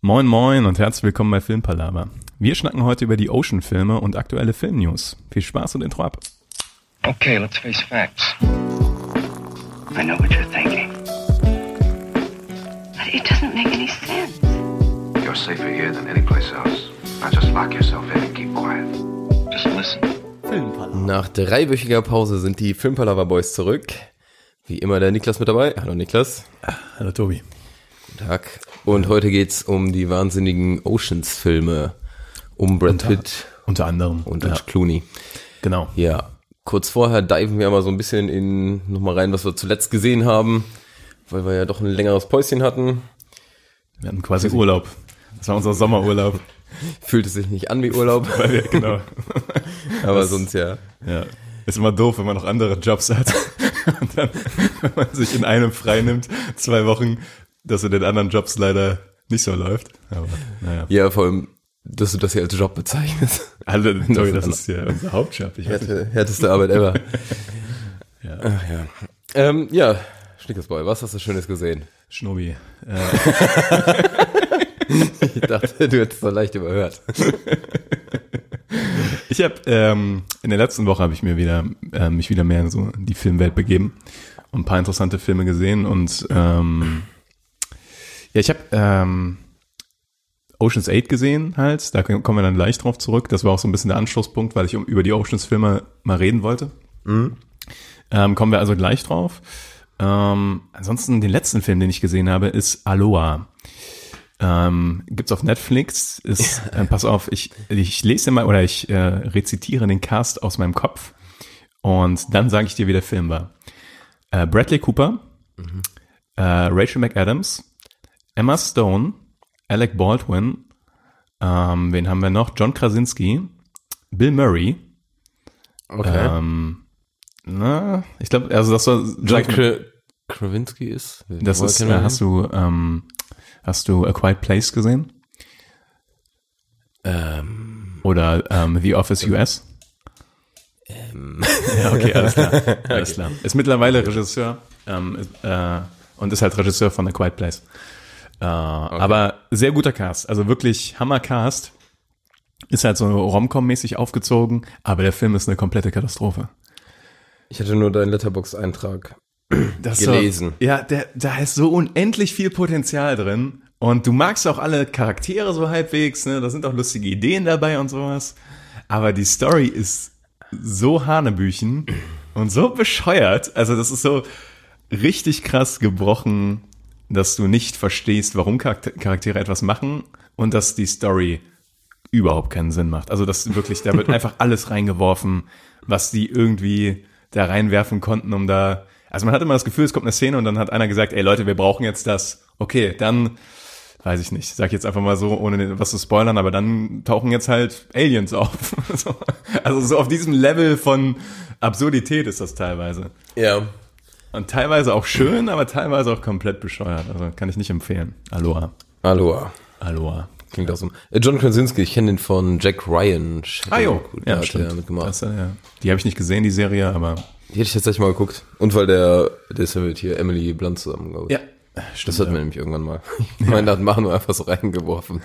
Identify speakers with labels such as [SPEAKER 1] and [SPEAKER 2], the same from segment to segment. [SPEAKER 1] Moin Moin und herzlich willkommen bei Filmpalava. Wir schnacken heute über die Ocean-Filme und aktuelle Filmnews. Viel Spaß und Intro ab.
[SPEAKER 2] Okay, let's face facts. I know what you're thinking.
[SPEAKER 3] But it doesn't make any sense.
[SPEAKER 4] You're safer here than anyplace else. Now just lock yourself in and keep quiet.
[SPEAKER 2] Just listen.
[SPEAKER 5] Nach dreiwöchiger Pause sind die Filmpalava Boys zurück. Wie immer der Niklas mit dabei. Hallo Niklas.
[SPEAKER 1] Hallo Tobi.
[SPEAKER 5] Guten Tag. Und heute geht's um die wahnsinnigen Oceans-Filme. Um Brad Pitt
[SPEAKER 1] Unter anderem.
[SPEAKER 5] und
[SPEAKER 1] ja,
[SPEAKER 5] George Clooney.
[SPEAKER 1] genau.
[SPEAKER 5] Ja, kurz vorher diven wir mal so ein bisschen in nochmal rein, was wir zuletzt gesehen haben, weil wir ja doch ein längeres Päuschen hatten.
[SPEAKER 1] Wir hatten quasi Urlaub. Das war unser Sommerurlaub.
[SPEAKER 5] Fühlt es sich nicht an wie Urlaub,
[SPEAKER 1] Weil wir, genau.
[SPEAKER 5] aber sonst ja.
[SPEAKER 1] Ja. Ist immer doof, wenn man noch andere Jobs hat. Und dann, wenn man sich in einem frei nimmt, zwei Wochen, dass in den anderen Jobs leider nicht so läuft. Aber naja.
[SPEAKER 5] Ja, vor allem, dass du das hier als Job bezeichnest.
[SPEAKER 1] Alle, sorry, das ist ja unser Hauptjob. Ich weiß nicht.
[SPEAKER 5] Härte, härteste Arbeit ever.
[SPEAKER 1] Ja.
[SPEAKER 5] Ach, ja. Ähm, ja, Schnickersboy, was hast du Schönes gesehen?
[SPEAKER 1] Schnobi.
[SPEAKER 5] Ich dachte, du hättest es so leicht überhört.
[SPEAKER 1] Ich habe ähm, in der letzten Woche habe ich mir wieder ähm, mich wieder mehr in so die Filmwelt begeben und ein paar interessante Filme gesehen und ähm, ja, ich habe ähm, Ocean's 8 gesehen halt, da kommen wir dann gleich drauf zurück. Das war auch so ein bisschen der Anschlusspunkt, weil ich um, über die Oceans Filme mal reden wollte. Ähm, kommen wir also gleich drauf. Ähm, ansonsten den letzten Film, den ich gesehen habe, ist Aloha. Ähm, gibt's auf Netflix. Ist, äh, pass auf, ich, ich lese dir mal oder ich äh, rezitiere den Cast aus meinem Kopf und dann sage ich dir, wie der Film war. Äh, Bradley Cooper, äh, Rachel McAdams, Emma Stone, Alec Baldwin, ähm, wen haben wir noch? John Krasinski, Bill Murray,
[SPEAKER 5] Okay.
[SPEAKER 1] ähm, na, ich glaube, also das war
[SPEAKER 5] Jack Kra- Krawinski ist?
[SPEAKER 1] das ist, äh, hast du, ähm, hast du A Quiet Place gesehen? Oder ähm, The Office US? ja, Ähm. okay, alles klar. Alles klar. Ist mittlerweile Regisseur ähm, ist, äh, und ist halt Regisseur von A Quiet Place. Äh, Aber sehr guter Cast, also wirklich Hammer Cast. Ist halt so Romcom-mäßig aufgezogen, aber der Film ist eine komplette Katastrophe.
[SPEAKER 5] Ich hatte nur deinen Letterbox-Eintrag.
[SPEAKER 1] Das
[SPEAKER 5] gelesen.
[SPEAKER 1] So, ja, der, da ist so unendlich viel Potenzial drin. Und du magst auch alle Charaktere so halbwegs, ne? Da sind auch lustige Ideen dabei und sowas. Aber die Story ist so Hanebüchen und so bescheuert. Also, das ist so richtig krass gebrochen, dass du nicht verstehst, warum Charakter- Charaktere etwas machen und dass die Story überhaupt keinen Sinn macht. Also das wirklich, da wird einfach alles reingeworfen, was die irgendwie da reinwerfen konnten, um da. Also man hat immer das Gefühl, es kommt eine Szene und dann hat einer gesagt, ey Leute, wir brauchen jetzt das. Okay, dann weiß ich nicht. Sag ich jetzt einfach mal so, ohne was zu spoilern, aber dann tauchen jetzt halt Aliens auf. So. Also so auf diesem Level von Absurdität ist das teilweise.
[SPEAKER 5] Ja.
[SPEAKER 1] Und teilweise auch schön, aber teilweise auch komplett bescheuert. Also kann ich nicht empfehlen. Aloha.
[SPEAKER 5] Aloha.
[SPEAKER 1] Aloha.
[SPEAKER 5] Klingt aus dem. Äh, John Krasinski, ich kenne den von Jack Ryan.
[SPEAKER 1] Ah jo,
[SPEAKER 5] Gut,
[SPEAKER 1] ja,
[SPEAKER 5] da hat er
[SPEAKER 1] stimmt.
[SPEAKER 5] mitgemacht.
[SPEAKER 1] Das, äh, ja. Die habe ich nicht gesehen, die Serie, aber
[SPEAKER 5] Die hätte ich tatsächlich mal geguckt. Und weil der, der ist ja mit hier Emily Blunt zusammen, glaube ich.
[SPEAKER 1] stimmt.
[SPEAKER 5] Das hatten wir nämlich irgendwann mal. Ich meine, da hat Manu einfach so reingeworfen.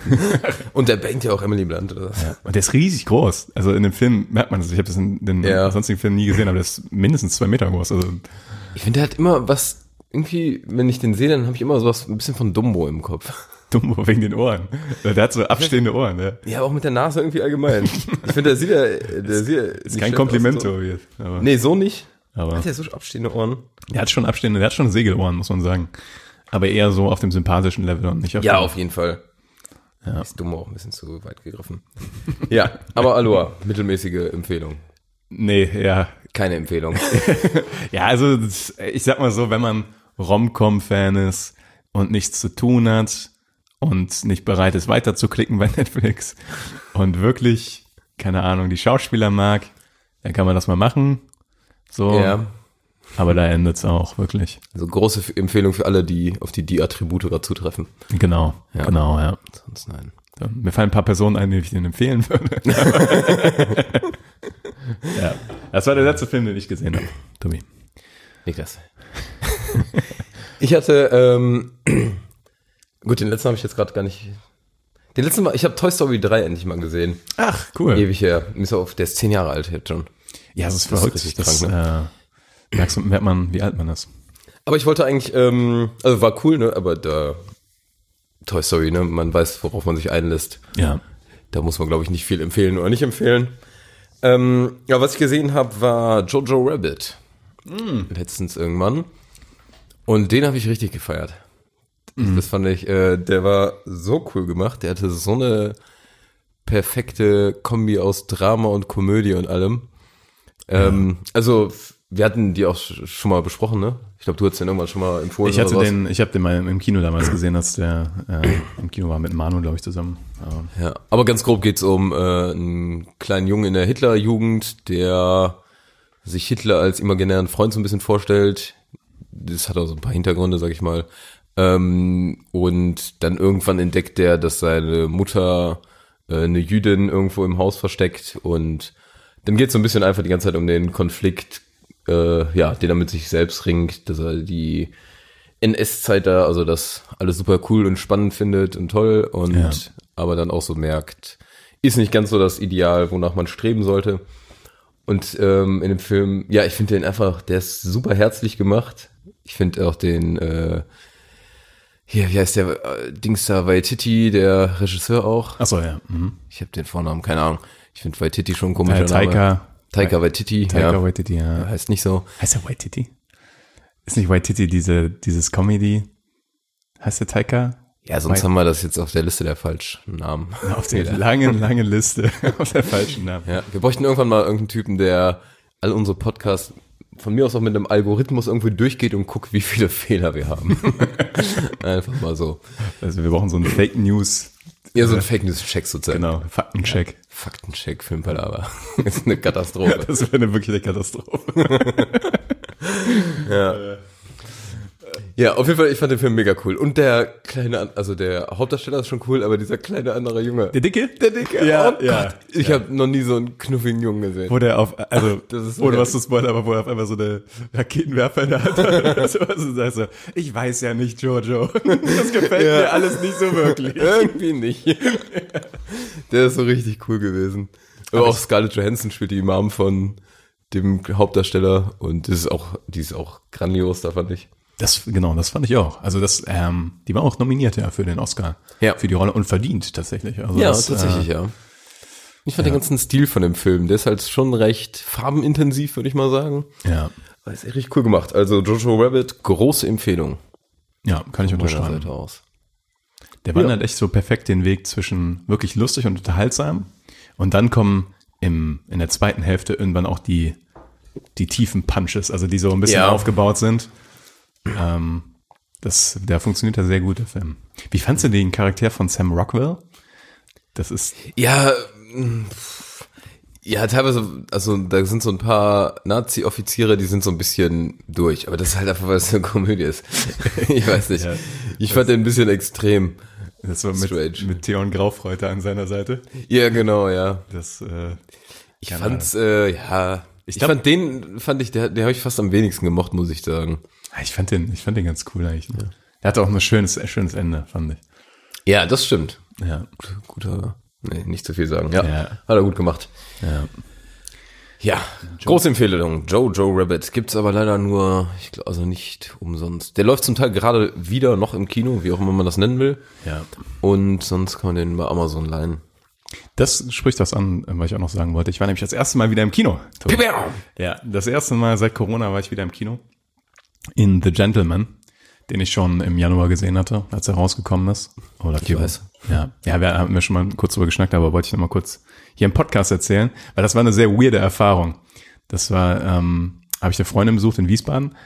[SPEAKER 5] Und der bangt ja auch Emily Blunt. Oder? Ja.
[SPEAKER 1] Und der ist riesig groß. Also in dem Film merkt man das. Ich habe das in den
[SPEAKER 5] Ja.
[SPEAKER 1] sonstigen Filmen nie gesehen, aber der ist mindestens zwei Meter groß. Also
[SPEAKER 5] Ich finde, der hat immer was, irgendwie, wenn ich den sehe, dann habe ich immer sowas ein bisschen von Dumbo im Kopf.
[SPEAKER 1] Dumbo wegen den Ohren. Der hat so abstehende Ohren. Ja.
[SPEAKER 5] Ja, auch mit der Nase irgendwie allgemein. Ich finde, der sieht ja, der sieht ja
[SPEAKER 1] Ist
[SPEAKER 5] nicht
[SPEAKER 1] kein
[SPEAKER 5] schlecht
[SPEAKER 1] Kompliment,
[SPEAKER 5] aus, so.
[SPEAKER 1] Tobi. Aber,
[SPEAKER 5] Nee, so nicht.
[SPEAKER 1] aber
[SPEAKER 5] Hat der so abstehende Ohren?
[SPEAKER 1] der hat schon abstehende, der hat schon Segelohren, muss man sagen. Aber eher so auf dem sympathischen Level und nicht auf
[SPEAKER 5] Ja,
[SPEAKER 1] dem,
[SPEAKER 5] auf jeden Fall. Ist dumm auch ein bisschen zu weit gegriffen. ja, aber Aloha, mittelmäßige Empfehlung.
[SPEAKER 1] Nee, ja.
[SPEAKER 5] Keine Empfehlung.
[SPEAKER 1] Ja, also das- ich sag mal so, wenn man Rom-Com-Fan ist und nichts zu tun hat und nicht bereit ist, weiterzuklicken bei Netflix und wirklich, keine Ahnung, die Schauspieler mag, dann kann man das mal machen. So,
[SPEAKER 5] Ja.
[SPEAKER 1] aber da endet's auch, wirklich.
[SPEAKER 5] Also große F- Empfehlung für alle, die auf die die Attribute gerade zutreffen.
[SPEAKER 1] Genau,
[SPEAKER 5] Ja.
[SPEAKER 1] genau, ja.
[SPEAKER 5] Sonst nein.
[SPEAKER 1] Mir fallen ein paar Personen ein, die ich denen empfehlen würde. ja, das war der letzte Film, den ich gesehen habe, Tobi.
[SPEAKER 5] Niklas. ich hatte, ähm, gut, den letzten habe ich jetzt gerade gar nicht Den letzten Mal, ich habe Toy Story 3 endlich mal gesehen.
[SPEAKER 1] Ach, cool.
[SPEAKER 5] Ewig her. Mir ist auf, der ist zehn Jahre alt jetzt schon.
[SPEAKER 1] ja, das ist
[SPEAKER 5] das ist
[SPEAKER 1] verrückt.
[SPEAKER 5] richtig
[SPEAKER 1] das,
[SPEAKER 5] krank,
[SPEAKER 1] äh, merkst du, merkt man, wie alt man ist.
[SPEAKER 5] Aber ich wollte eigentlich, ähm, also war cool, ne? Aber da Toy Story, ne? Man weiß, worauf man sich einlässt.
[SPEAKER 1] Ja.
[SPEAKER 5] Da muss man, glaube ich, nicht viel empfehlen oder nicht empfehlen. Ähm, ja, was ich gesehen habe, war Jojo Rabbit.
[SPEAKER 1] Hm.
[SPEAKER 5] Letztens irgendwann. Und den habe ich richtig gefeiert.
[SPEAKER 1] Mhm.
[SPEAKER 5] Das fand ich, äh, der war so cool gemacht. Der hatte so eine perfekte Kombi aus Drama und Komödie und allem. Ähm, Also, f- wir hatten die auch sch- schon mal besprochen, ne? Ich glaube, du hast den irgendwann schon mal empfohlen.
[SPEAKER 1] Ich hatte
[SPEAKER 5] oder was.
[SPEAKER 1] den, ich habe den mal im Kino damals gesehen, als der äh, im Kino war mit Manu, glaube ich, zusammen. Aber,
[SPEAKER 5] Ja, aber ganz grob geht's um äh, einen kleinen Jungen in der Hitlerjugend, der sich Hitler als imaginären Freund so ein bisschen vorstellt. Das hat auch so ein paar Hintergründe, sag ich mal. Ähm, und dann irgendwann entdeckt er, dass seine Mutter äh, eine Jüdin irgendwo im Haus versteckt. Und dann geht's so ein bisschen einfach die ganze Zeit um den Konflikt, äh, ja, den er mit sich selbst ringt, dass er die NS-Zeit da, also das alles super cool und spannend findet und toll und
[SPEAKER 1] Ja.
[SPEAKER 5] aber dann auch so merkt, ist nicht ganz so das Ideal, wonach man streben sollte. Und ähm, in dem Film, ja, ich finde den einfach, der ist super herzlich gemacht. Ich finde auch den, äh, hier, wie heißt der, äh, Dings da, Waititi, der Regisseur auch.
[SPEAKER 1] ach so, ja. Mhm.
[SPEAKER 5] Ich habe den Vornamen, keine Ahnung. Ich finde Waititi schon ein komischer
[SPEAKER 1] Äh, Taika.
[SPEAKER 5] Name. Taika Waititi,
[SPEAKER 1] Taika
[SPEAKER 5] ja.
[SPEAKER 1] Waititi, ja.
[SPEAKER 5] Heißt nicht so.
[SPEAKER 1] Heißt der Waititi? Ist nicht Waititi diese, dieses Comedy? Heißt der Taika?
[SPEAKER 5] Ja, sonst
[SPEAKER 1] Wait-
[SPEAKER 5] haben wir das jetzt auf der Liste der falschen Namen.
[SPEAKER 1] Auf der langen, langen Liste. Auf der falschen Namen.
[SPEAKER 5] Ja, wir bräuchten irgendwann mal irgendeinen Typen, der all unsere Podcasts von mir aus auch mit einem Algorithmus irgendwie durchgeht und guckt, wie viele Fehler wir haben. Einfach mal so.
[SPEAKER 1] Also wir brauchen so einen Fake News,
[SPEAKER 5] Ja, so ein Fake News Check sozusagen.
[SPEAKER 1] Äh, genau, Faktencheck.
[SPEAKER 5] Faktencheck für ein Palaver. ist eine Katastrophe.
[SPEAKER 1] Das wäre eine wirkliche Katastrophe.
[SPEAKER 5] Ja, auf jeden Fall, ich fand den Film mega cool. Und der kleine, an- also der Hauptdarsteller ist schon cool, aber dieser kleine andere Junge.
[SPEAKER 1] Der Dicke? Der Dicke.
[SPEAKER 5] oh
[SPEAKER 1] Ja,
[SPEAKER 5] Gott,
[SPEAKER 1] ja.
[SPEAKER 5] ich habe noch nie so einen knuffigen Jungen gesehen.
[SPEAKER 1] Wo der auf, also,
[SPEAKER 5] Das ist
[SPEAKER 1] ohne
[SPEAKER 5] okay.
[SPEAKER 1] was zu spoilern, aber wo er auf einmal so eine Raketenwerfer in der Hand hat. so, was und sagt so, ich weiß ja nicht, Jojo. Das gefällt mir alles nicht so wirklich.
[SPEAKER 5] Irgendwie nicht. Der ist so richtig cool gewesen. Aber, auch Scarlett Johansson spielt die Mom von dem Hauptdarsteller und das ist auch, die ist auch grandios, da fand ich.
[SPEAKER 1] Das, genau, das fand ich auch. Also das, ähm, die war auch nominiert ja für den Oscar.
[SPEAKER 5] Ja.
[SPEAKER 1] Für die Rolle und verdient tatsächlich. Also das, Äh,
[SPEAKER 5] ja. Ich fand den ganzen Stil von dem Film, der ist halt schon recht farbenintensiv, würde ich mal sagen.
[SPEAKER 1] ja.
[SPEAKER 5] Aber ist richtig cool gemacht. Also Jojo Rabbit, große Empfehlung
[SPEAKER 1] Ja, kann ich
[SPEAKER 5] meiner
[SPEAKER 1] unterschreiben.
[SPEAKER 5] Seite aus.
[SPEAKER 1] Der wandert echt so perfekt den Weg zwischen wirklich lustig und unterhaltsam. Und dann kommen im, in der zweiten Hälfte irgendwann auch die, die tiefen Punches, also die so ein bisschen
[SPEAKER 5] Ja.
[SPEAKER 1] aufgebaut sind. Ähm, das, der funktioniert ja sehr gut, der Film. Wie fandst du den Charakter von Sam Rockwell? Das ist,
[SPEAKER 5] Ja, mm, ja, teilweise, also da sind so ein paar Nazi-Offiziere, die sind so ein bisschen durch, aber das ist halt einfach, weil es eine Komödie ist. ich weiß nicht.
[SPEAKER 1] Ja.
[SPEAKER 5] ich fand den ein bisschen extrem.
[SPEAKER 1] das war mit,
[SPEAKER 5] Strange.
[SPEAKER 1] mit Theon Graufreuter an seiner Seite.
[SPEAKER 5] Ja, genau, ja.
[SPEAKER 1] Das, äh,
[SPEAKER 5] Ich
[SPEAKER 1] Keine
[SPEAKER 5] fand's, äh, ja. Ich,
[SPEAKER 1] glaub-
[SPEAKER 5] fand den, fand ich, der, der habe ich fast am wenigsten gemocht, muss ich sagen.
[SPEAKER 1] Ah, ich fand den, ich fand den ganz cool eigentlich. Ne? Der hatte auch ein schönes, ein schönes Ende, fand ich.
[SPEAKER 5] Ja, das stimmt.
[SPEAKER 1] Ja.
[SPEAKER 5] Guter, nee, nicht zu viel sagen. Ja,
[SPEAKER 1] Ja.
[SPEAKER 5] hat er gut gemacht.
[SPEAKER 1] ja.
[SPEAKER 5] Ja, große Empfehlung. Jojo Rabbit gibt's aber leider nur, ich glaube, also nicht umsonst. Der läuft zum Teil gerade wieder noch im Kino, wie auch immer man das nennen will.
[SPEAKER 1] Ja.
[SPEAKER 5] Und sonst kann man den bei Amazon leihen.
[SPEAKER 1] Das spricht das an, äh, was ich auch noch sagen wollte. Ich war nämlich das erste Mal wieder im Kino. Tobi. Ja, das erste Mal seit Corona war ich wieder im Kino. In The Gentleman, den ich schon im Januar gesehen hatte, als er rausgekommen ist. Oder ich
[SPEAKER 5] weiß.
[SPEAKER 1] Ja, ja wir haben wir schon mal kurz drüber geschnackt, aber wollte ich noch mal kurz hier im Podcast erzählen, weil das war eine sehr weirde Erfahrung. Das war, ähm, habe ich eine Freundin besucht in Wiesbaden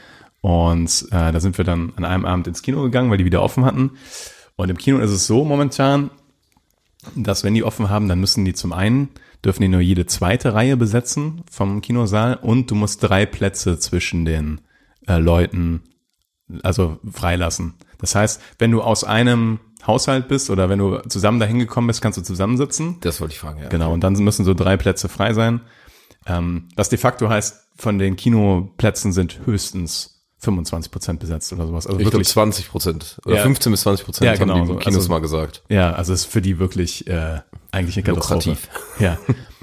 [SPEAKER 1] und äh, da sind wir dann an einem Abend ins Kino gegangen, weil die wieder offen hatten. Und im Kino ist es so momentan, dass wenn die offen haben, dann müssen die zum einen, dürfen die nur jede zweite Reihe besetzen vom Kinosaal und du musst drei Plätze zwischen den äh, Leuten, also freilassen. Das heißt, wenn du aus einem Haushalt bist oder wenn du zusammen dahin gekommen bist, kannst du zusammensitzen.
[SPEAKER 5] Das wollte ich fragen, ja.
[SPEAKER 1] Genau, und dann müssen so drei Plätze frei sein. Ähm, was de facto heißt, von den Kinoplätzen sind höchstens 25 Prozent besetzt oder sowas. Also
[SPEAKER 5] Ich glaube
[SPEAKER 1] wirklich,
[SPEAKER 5] 20 Prozent. Oder
[SPEAKER 1] Ja.
[SPEAKER 5] 15 bis 20 Prozent
[SPEAKER 1] Ja,
[SPEAKER 5] haben
[SPEAKER 1] genau
[SPEAKER 5] die
[SPEAKER 1] so.
[SPEAKER 5] Kinos
[SPEAKER 1] Also-
[SPEAKER 5] mal gesagt.
[SPEAKER 1] ja, also es ist für die wirklich äh, eigentlich eine Katastrophe.
[SPEAKER 5] Lukrativ.
[SPEAKER 1] Ja,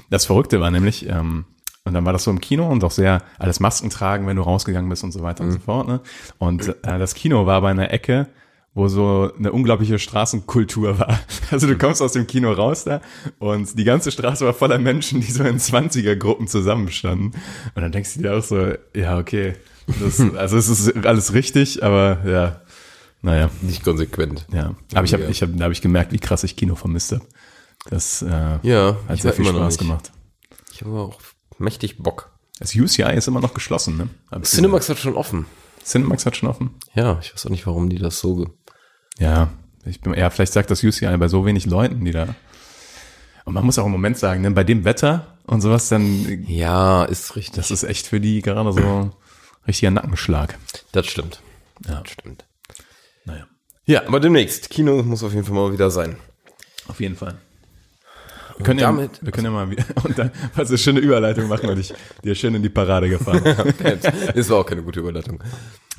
[SPEAKER 1] das Verrückte war nämlich, ähm, und dann war das so im Kino und auch sehr alles Masken tragen, wenn du rausgegangen bist und so weiter und so fort. Ne? Und äh, das Kino war bei einer Ecke, wo so eine unglaubliche Straßenkultur war. Also du kommst aus dem Kino raus da und die ganze Straße war voller Menschen, die so in 20er-Gruppen zusammenstanden. Und dann denkst du dir auch so, ja, okay, das, also es ist alles richtig, aber ja, naja.
[SPEAKER 5] Nicht konsequent.
[SPEAKER 1] Ja, aber ich habe
[SPEAKER 5] Ja.
[SPEAKER 1] ich hab, da habe ich gemerkt, wie krass ich Kino vermisst habe. Das äh,
[SPEAKER 5] Ja,
[SPEAKER 1] hat
[SPEAKER 5] ich
[SPEAKER 1] sehr
[SPEAKER 5] war
[SPEAKER 1] viel
[SPEAKER 5] immer noch
[SPEAKER 1] Spaß
[SPEAKER 5] nicht.
[SPEAKER 1] gemacht.
[SPEAKER 5] Ich habe auch mächtig Bock.
[SPEAKER 1] Das UCI ist immer noch geschlossen, ne? Hab ich
[SPEAKER 5] Cinemax hat schon offen.
[SPEAKER 1] gesehen. Cinemax hat schon offen.
[SPEAKER 5] Ja, ich weiß auch nicht, warum die das so. ge-
[SPEAKER 1] Ja, ich bin, ja, vielleicht sagt das UCI bei so wenig Leuten, die da. Und man muss auch im Moment sagen, ne, bei dem Wetter und sowas, dann,
[SPEAKER 5] Ja, ist richtig.
[SPEAKER 1] das ist echt für die gerade so richtiger Nackenschlag.
[SPEAKER 5] Das stimmt.
[SPEAKER 1] Ja.
[SPEAKER 5] Das stimmt.
[SPEAKER 1] Naja,
[SPEAKER 5] Ja, aber demnächst. Kino muss auf jeden Fall mal wieder sein.
[SPEAKER 1] auf jeden Fall. Wir können,
[SPEAKER 5] damit-
[SPEAKER 1] ja, wir können ja mal wieder, und dann, was eine schöne Überleitung machen und ich dir schön in die Parade gefahren.
[SPEAKER 5] Das war auch keine gute Überleitung.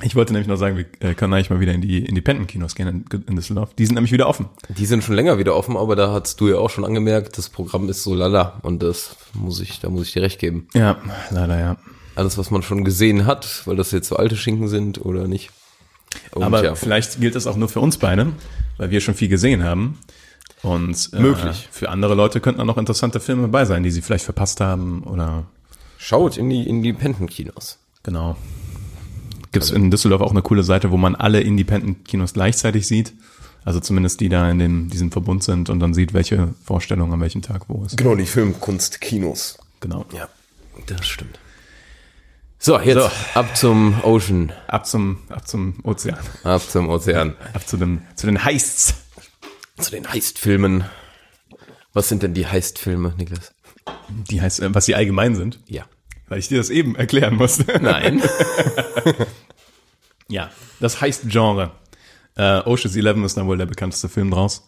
[SPEAKER 1] Ich wollte nämlich noch sagen, wir äh, können eigentlich mal wieder in die Independent-Kinos gehen in, in Düsseldorf. Die sind nämlich wieder offen.
[SPEAKER 5] Die sind schon länger wieder offen, aber da hast du ja auch schon angemerkt, das Programm ist so lala und das muss ich, da muss ich dir recht geben.
[SPEAKER 1] Ja, leider ja.
[SPEAKER 5] Alles, was man schon gesehen hat, weil das jetzt so alte Schinken sind oder nicht. Und
[SPEAKER 1] Aber
[SPEAKER 5] ja,
[SPEAKER 1] vielleicht gilt das auch nur für uns beide, weil wir schon viel gesehen haben. Und äh,
[SPEAKER 5] Möglich.
[SPEAKER 1] für andere Leute könnten auch noch interessante Filme dabei sein, die sie vielleicht verpasst haben oder
[SPEAKER 5] schaut in die Independent-Kinos.
[SPEAKER 1] genau. Gibt es in Düsseldorf auch eine coole Seite, wo man alle Independent-Kinos gleichzeitig sieht? Also zumindest die da in dem, diesem Verbund sind und dann sieht, welche Vorstellung an welchem Tag wo ist.
[SPEAKER 5] Genau, die Filmkunst-Kinos.
[SPEAKER 1] Genau.
[SPEAKER 5] Ja, das stimmt. So, jetzt ab zum Ocean,
[SPEAKER 1] Ab zum, ab zum Ozean.
[SPEAKER 5] ab zum Ozean,
[SPEAKER 1] Ab zu dem, zu den Heists.
[SPEAKER 5] zu den Heistfilmen. Was sind denn die Heistfilme, Niklas?
[SPEAKER 1] Die heißt, äh, was sie allgemein sind,
[SPEAKER 5] Ja.
[SPEAKER 1] weil ich dir das eben erklären musste.
[SPEAKER 5] Nein.
[SPEAKER 1] ja, das heißt Genre. Äh, Ocean's Eleven ist dann wohl der bekannteste Film draus.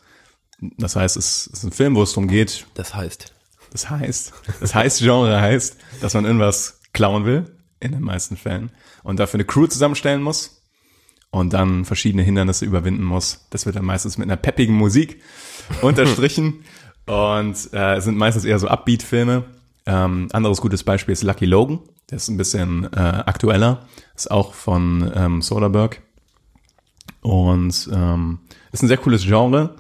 [SPEAKER 1] Das heißt, es ist ein Film, wo es darum geht,
[SPEAKER 5] Das heißt.
[SPEAKER 1] das heißt, das heißt Genre heißt, dass man irgendwas klauen will, in den meisten Fällen, und dafür eine Crew zusammenstellen muss und dann verschiedene Hindernisse überwinden muss. Das wird dann meistens mit einer peppigen Musik unterstrichen und äh, es sind meistens eher so Upbeat-Filme. Ähm, anderes gutes Beispiel ist Lucky Logan, der ist ein bisschen äh, aktueller, ist auch von ähm, Soderbergh und ähm, ist ein sehr cooles Genre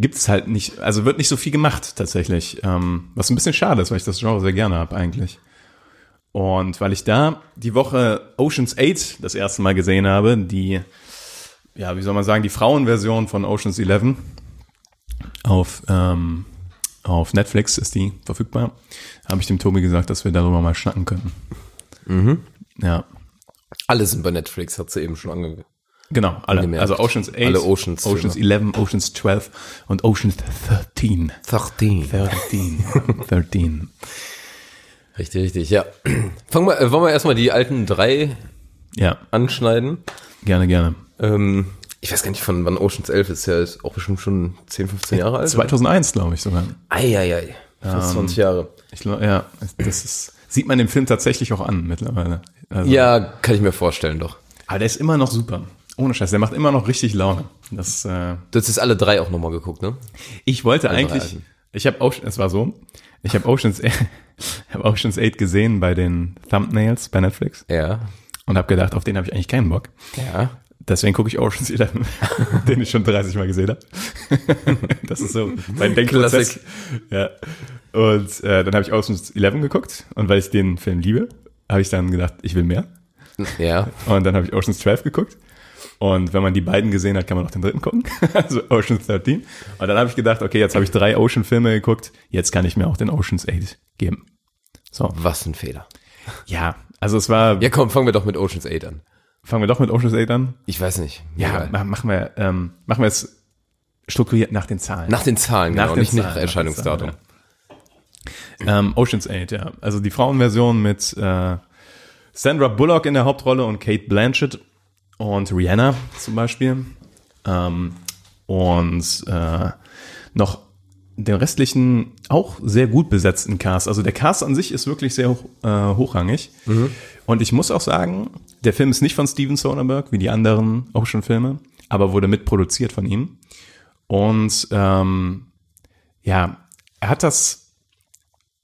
[SPEAKER 1] gibt es halt nicht, also wird nicht so viel gemacht tatsächlich. Ähm, was ein bisschen schade ist, weil ich das Genre sehr gerne habe eigentlich. Und weil ich da die Woche Oceans 8 das erste Mal gesehen habe, die, ja, wie soll man sagen, die Frauenversion von Oceans 11 auf, ähm, auf Netflix ist die verfügbar, habe ich dem Tobi gesagt, dass wir darüber mal schnacken können.
[SPEAKER 5] Mhm.
[SPEAKER 1] Ja,
[SPEAKER 5] Alle sind bei Netflix, hat sie eben schon ange
[SPEAKER 1] Genau, alle.
[SPEAKER 5] Angemerkt.
[SPEAKER 1] Also Oceans 8,
[SPEAKER 5] Alle Oceans Filme.
[SPEAKER 1] Oceans 11, Oceans 12 und Oceans 13.
[SPEAKER 5] 13.
[SPEAKER 1] 13. 13.
[SPEAKER 5] Richtig, richtig, ja. Fangen wir, äh, wollen wir erstmal die alten drei
[SPEAKER 1] Ja,
[SPEAKER 5] anschneiden?
[SPEAKER 1] gerne, gerne.
[SPEAKER 5] Ähm, ich weiß gar nicht, von wann Oceans 11 ist, ja, ist auch bestimmt schon 10, 15 Jahre alt.
[SPEAKER 1] 2001, glaube ich sogar.
[SPEAKER 5] Eieiei,
[SPEAKER 1] Ähm.
[SPEAKER 5] fast 20 Jahre.
[SPEAKER 1] Ich glaube, ja, das ist, sieht man dem Film tatsächlich auch an mittlerweile. Also,
[SPEAKER 5] Ja, kann ich mir vorstellen, doch.
[SPEAKER 1] Aber der ist immer noch super. Ohne Scheiß, der macht immer noch richtig Laune. Das, äh,
[SPEAKER 5] Du hast jetzt alle drei auch nochmal geguckt, ne?
[SPEAKER 1] Ich wollte eigentlich,
[SPEAKER 5] Alten.
[SPEAKER 1] ich habe Ocean, es war so, ich habe Oceans, hab Oceans 8 gesehen bei den Thumbnails bei Netflix
[SPEAKER 5] Ja.
[SPEAKER 1] und habe gedacht, auf den habe ich eigentlich keinen Bock.
[SPEAKER 5] Ja.
[SPEAKER 1] Deswegen gucke ich Ocean's Eleven, den ich schon 30 Mal gesehen habe. das ist so mein Denkprozess.
[SPEAKER 5] Klassik.
[SPEAKER 1] Ja. Und äh, dann habe ich Ocean's Eleven geguckt und weil ich den Film liebe, habe ich dann gedacht, ich will mehr.
[SPEAKER 5] Ja.
[SPEAKER 1] Und dann habe ich Ocean's 12 geguckt. Und wenn man die beiden gesehen hat, kann man auch den dritten gucken. also Ocean's 13. Und dann habe ich gedacht, okay, jetzt habe ich drei Ocean-Filme geguckt, jetzt kann ich mir auch den Ocean's 8 geben. So.
[SPEAKER 5] Was ein Fehler.
[SPEAKER 1] Ja, also es war,
[SPEAKER 5] Ja, komm, fangen wir doch mit Oceans 8 an.
[SPEAKER 1] fangen wir doch mit Ocean's 8 an.
[SPEAKER 5] Ich weiß nicht.
[SPEAKER 1] Ja,
[SPEAKER 5] Egal.
[SPEAKER 1] ma- machen wir, ähm, machen wir es strukturiert nach den Zahlen.
[SPEAKER 5] Nach den Zahlen,
[SPEAKER 1] Nach
[SPEAKER 5] genau,
[SPEAKER 1] den
[SPEAKER 5] nicht
[SPEAKER 1] Zahlen,
[SPEAKER 5] nach
[SPEAKER 1] nach
[SPEAKER 5] Erscheinungsdatum.
[SPEAKER 1] den ähm, Ocean's 8, ja. Also die Frauenversion mit äh, Sandra Bullock in der Hauptrolle und Kate Blanchett und Rihanna zum Beispiel. Ähm, und äh, noch den restlichen auch sehr gut besetzten Cast. Also der Cast an sich ist wirklich sehr hoch, äh, hochrangig.
[SPEAKER 5] Mhm.
[SPEAKER 1] Und ich muss auch sagen, der Film ist nicht von Steven Soderbergh, wie die anderen Ocean-Filme, aber wurde mitproduziert von ihm. Und ähm, ja, er hat das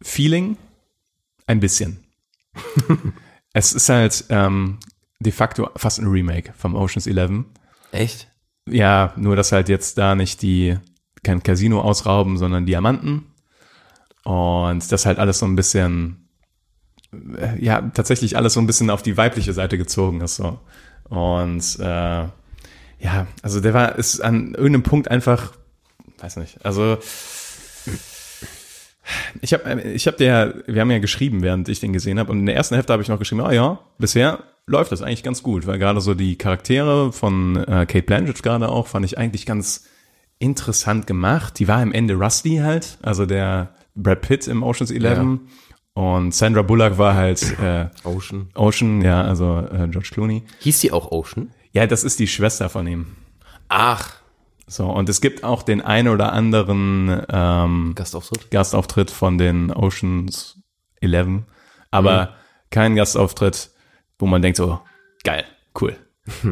[SPEAKER 1] Feeling ein bisschen. es ist halt ähm, de facto fast ein Remake vom Oceans 11.
[SPEAKER 5] Echt?
[SPEAKER 1] Ja, nur dass halt jetzt da nicht die, kein Casino ausrauben, sondern Diamanten. Und das halt alles so ein bisschen, äh, ja, tatsächlich alles so ein bisschen auf die weibliche Seite gezogen ist so. Und äh, ja, also der war, ist an irgendeinem Punkt einfach, weiß nicht, also ich habe ich hab der, wir haben ja geschrieben, während ich den gesehen habe. Und in der ersten Hälfte habe ich noch geschrieben, ah ja, bisher läuft das eigentlich ganz gut, weil gerade so die Charaktere von äh, Kate Blanchett gerade auch fand ich eigentlich ganz interessant gemacht. Die war im Ende Rusty halt, also der Brad Pitt im Ocean's 11. Und Sandra Bullock war halt äh,
[SPEAKER 5] Ocean.
[SPEAKER 1] Ocean, ja, also äh, George Clooney.
[SPEAKER 5] Hieß die auch Ocean?
[SPEAKER 1] Ja, das ist die Schwester von ihm.
[SPEAKER 5] Ach,
[SPEAKER 1] So, und es gibt auch den ein oder anderen ähm,
[SPEAKER 5] Gastauftritt.
[SPEAKER 1] Gastauftritt von den Oceans 11, aber kein Gastauftritt, wo man denkt so, geil, cool,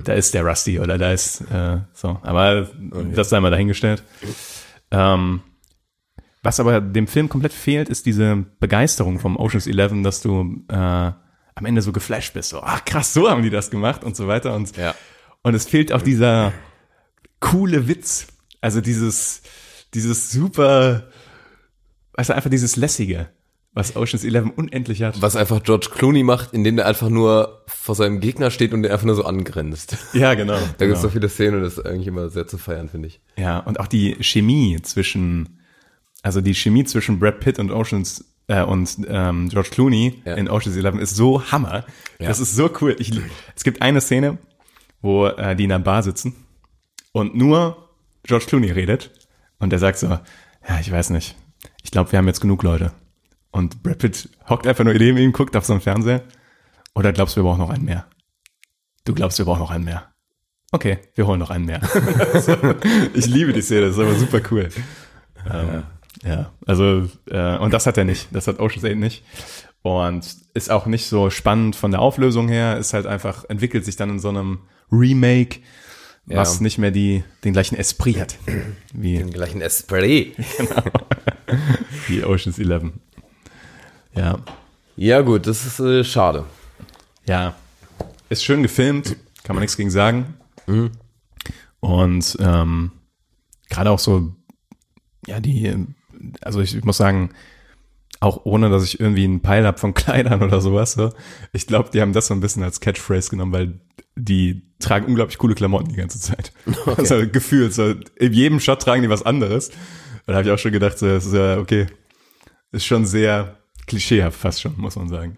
[SPEAKER 1] da ist der Rusty oder da ist äh, so, aber das sei mal dahingestellt. Ähm, was aber dem Film komplett fehlt, ist diese Begeisterung vom Oceans 11, dass du äh, am Ende so geflasht bist, so, ach krass, so haben die das gemacht und so weiter und
[SPEAKER 5] Ja.
[SPEAKER 1] und es fehlt auch dieser coole Witz. Also dieses, dieses super, also einfach dieses lässige, was Ocean's 11 unendlich hat.
[SPEAKER 5] Was einfach George Clooney macht, indem er einfach nur vor seinem Gegner steht und der einfach nur so angrenzt.
[SPEAKER 1] Ja, genau.
[SPEAKER 5] Da gibt
[SPEAKER 1] genau.
[SPEAKER 5] es so viele Szenen, das ist eigentlich immer sehr zu feiern, finde ich.
[SPEAKER 1] Ja, und auch die Chemie zwischen, also die Chemie zwischen Brad Pitt und Oceans äh, und ähm, George Clooney
[SPEAKER 5] Ja.
[SPEAKER 1] in Oceans 11 ist so Hammer. Das ist so cool. Ich, es gibt eine Szene, wo äh, die in einer Bar sitzen und nur George Clooney redet und der sagt so, ja, ich weiß nicht, ich glaube, wir haben jetzt genug Leute. Und Brad Pitt hockt einfach nur neben ihm, guckt auf so einen Fernseher. Oder glaubst du, wir brauchen noch einen mehr? Du glaubst, wir brauchen noch einen mehr. Okay, wir holen noch einen mehr. Ich liebe die Szene, das ist aber super cool. Ähm, ja, also, äh, und das hat er nicht. Das hat Ocean's 8 nicht. Und ist auch nicht so spannend von der Auflösung her. Ist halt einfach, entwickelt sich dann in so einem Remake, was nicht mehr die, den gleichen Esprit hat, wie,
[SPEAKER 5] Den gleichen Esprit.
[SPEAKER 1] wie Ocean's 11. Ja,
[SPEAKER 5] Ja gut, das ist äh, schade.
[SPEAKER 1] ja. Ist schön gefilmt, kann man nichts gegen sagen. Und ähm, gerade auch so, ja, die, also ich, muss sagen, auch ohne, dass ich irgendwie einen Peil habe von Kleidern oder sowas, so, ich glaube, die haben das so ein bisschen als Catchphrase genommen, weil die tragen unglaublich coole Klamotten die ganze Zeit. Also gefühlt, so, in jedem Shot tragen die was anderes. Und da habe ich auch schon gedacht, so, das ist ja, okay, ist schon sehr klischeehaft fast schon, muss man sagen.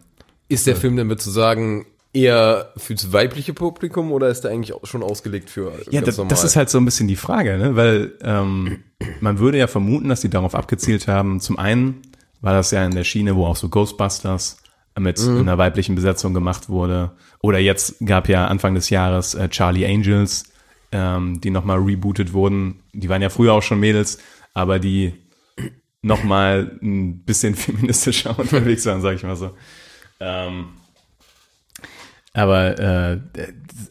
[SPEAKER 5] Ist der Film damit zu sagen, eher fürs weibliche Publikum oder ist der eigentlich auch schon ausgelegt für
[SPEAKER 1] Ja, das, das ist halt so ein bisschen die Frage, ne? weil ähm, man würde ja vermuten, dass die darauf abgezielt haben. Zum einen war das ja in der Schiene, wo auch so Ghostbusters mit einer weiblichen Besetzung gemacht wurde. Oder jetzt gab ja Anfang des Jahres äh, Charlie Angels, ähm, die nochmal rebootet wurden. Die waren ja früher auch schon Mädels, aber die nochmal ein bisschen feministischer unterwegs waren, sag ich mal so. Ähm, aber äh,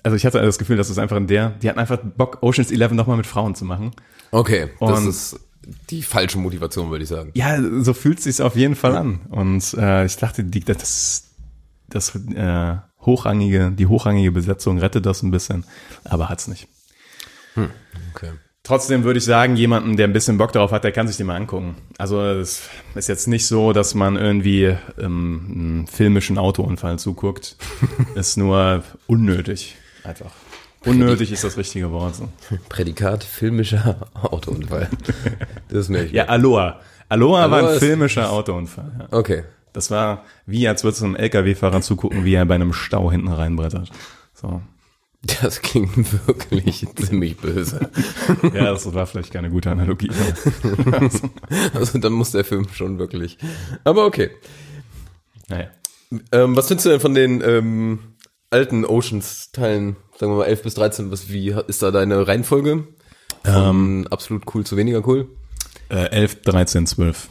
[SPEAKER 1] also ich hatte das Gefühl, dass es einfach in der, die hatten einfach Bock, Oceans 11 nochmal mit Frauen zu machen.
[SPEAKER 5] Okay,
[SPEAKER 1] Und-
[SPEAKER 5] das ist die falsche Motivation, würde ich sagen.
[SPEAKER 1] Ja, so fühlt es sich auf jeden Fall an. Und äh, ich dachte, die, das, das äh, hochrangige, die hochrangige Besetzung rettet das ein bisschen, aber hat's nicht.
[SPEAKER 5] Okay.
[SPEAKER 1] Trotzdem würde ich sagen, jemanden, der ein bisschen Bock darauf hat, der kann sich den mal angucken. Also es ist jetzt nicht so, dass man irgendwie ähm, einem filmischen Autounfall zuguckt. ist nur unnötig. Einfach. Unnötig ist das richtige Wort. So.
[SPEAKER 5] Prädikat filmischer Autounfall. Das ist mir
[SPEAKER 1] Ja, Aloha. Aloha, war
[SPEAKER 5] Aloha
[SPEAKER 1] ein
[SPEAKER 5] ist-
[SPEAKER 1] filmischer Autounfall. Ja.
[SPEAKER 5] Okay.
[SPEAKER 1] Das war wie, als würdest du einem LKW-Fahrer zugucken, wie er bei einem Stau hinten reinbrettert. So.
[SPEAKER 5] Das klingt wirklich ziemlich böse.
[SPEAKER 1] Ja, das war vielleicht keine gute Analogie.
[SPEAKER 5] Also dann muss der Film schon wirklich. Aber okay.
[SPEAKER 1] Naja.
[SPEAKER 5] Ähm, was findest du denn von den ähm, alten Oceans-Teilen, sagen wir mal 11 bis 13? Was, wie ist da deine Reihenfolge? Von absolut cool zu weniger cool.
[SPEAKER 1] Äh, 11, 13, 12.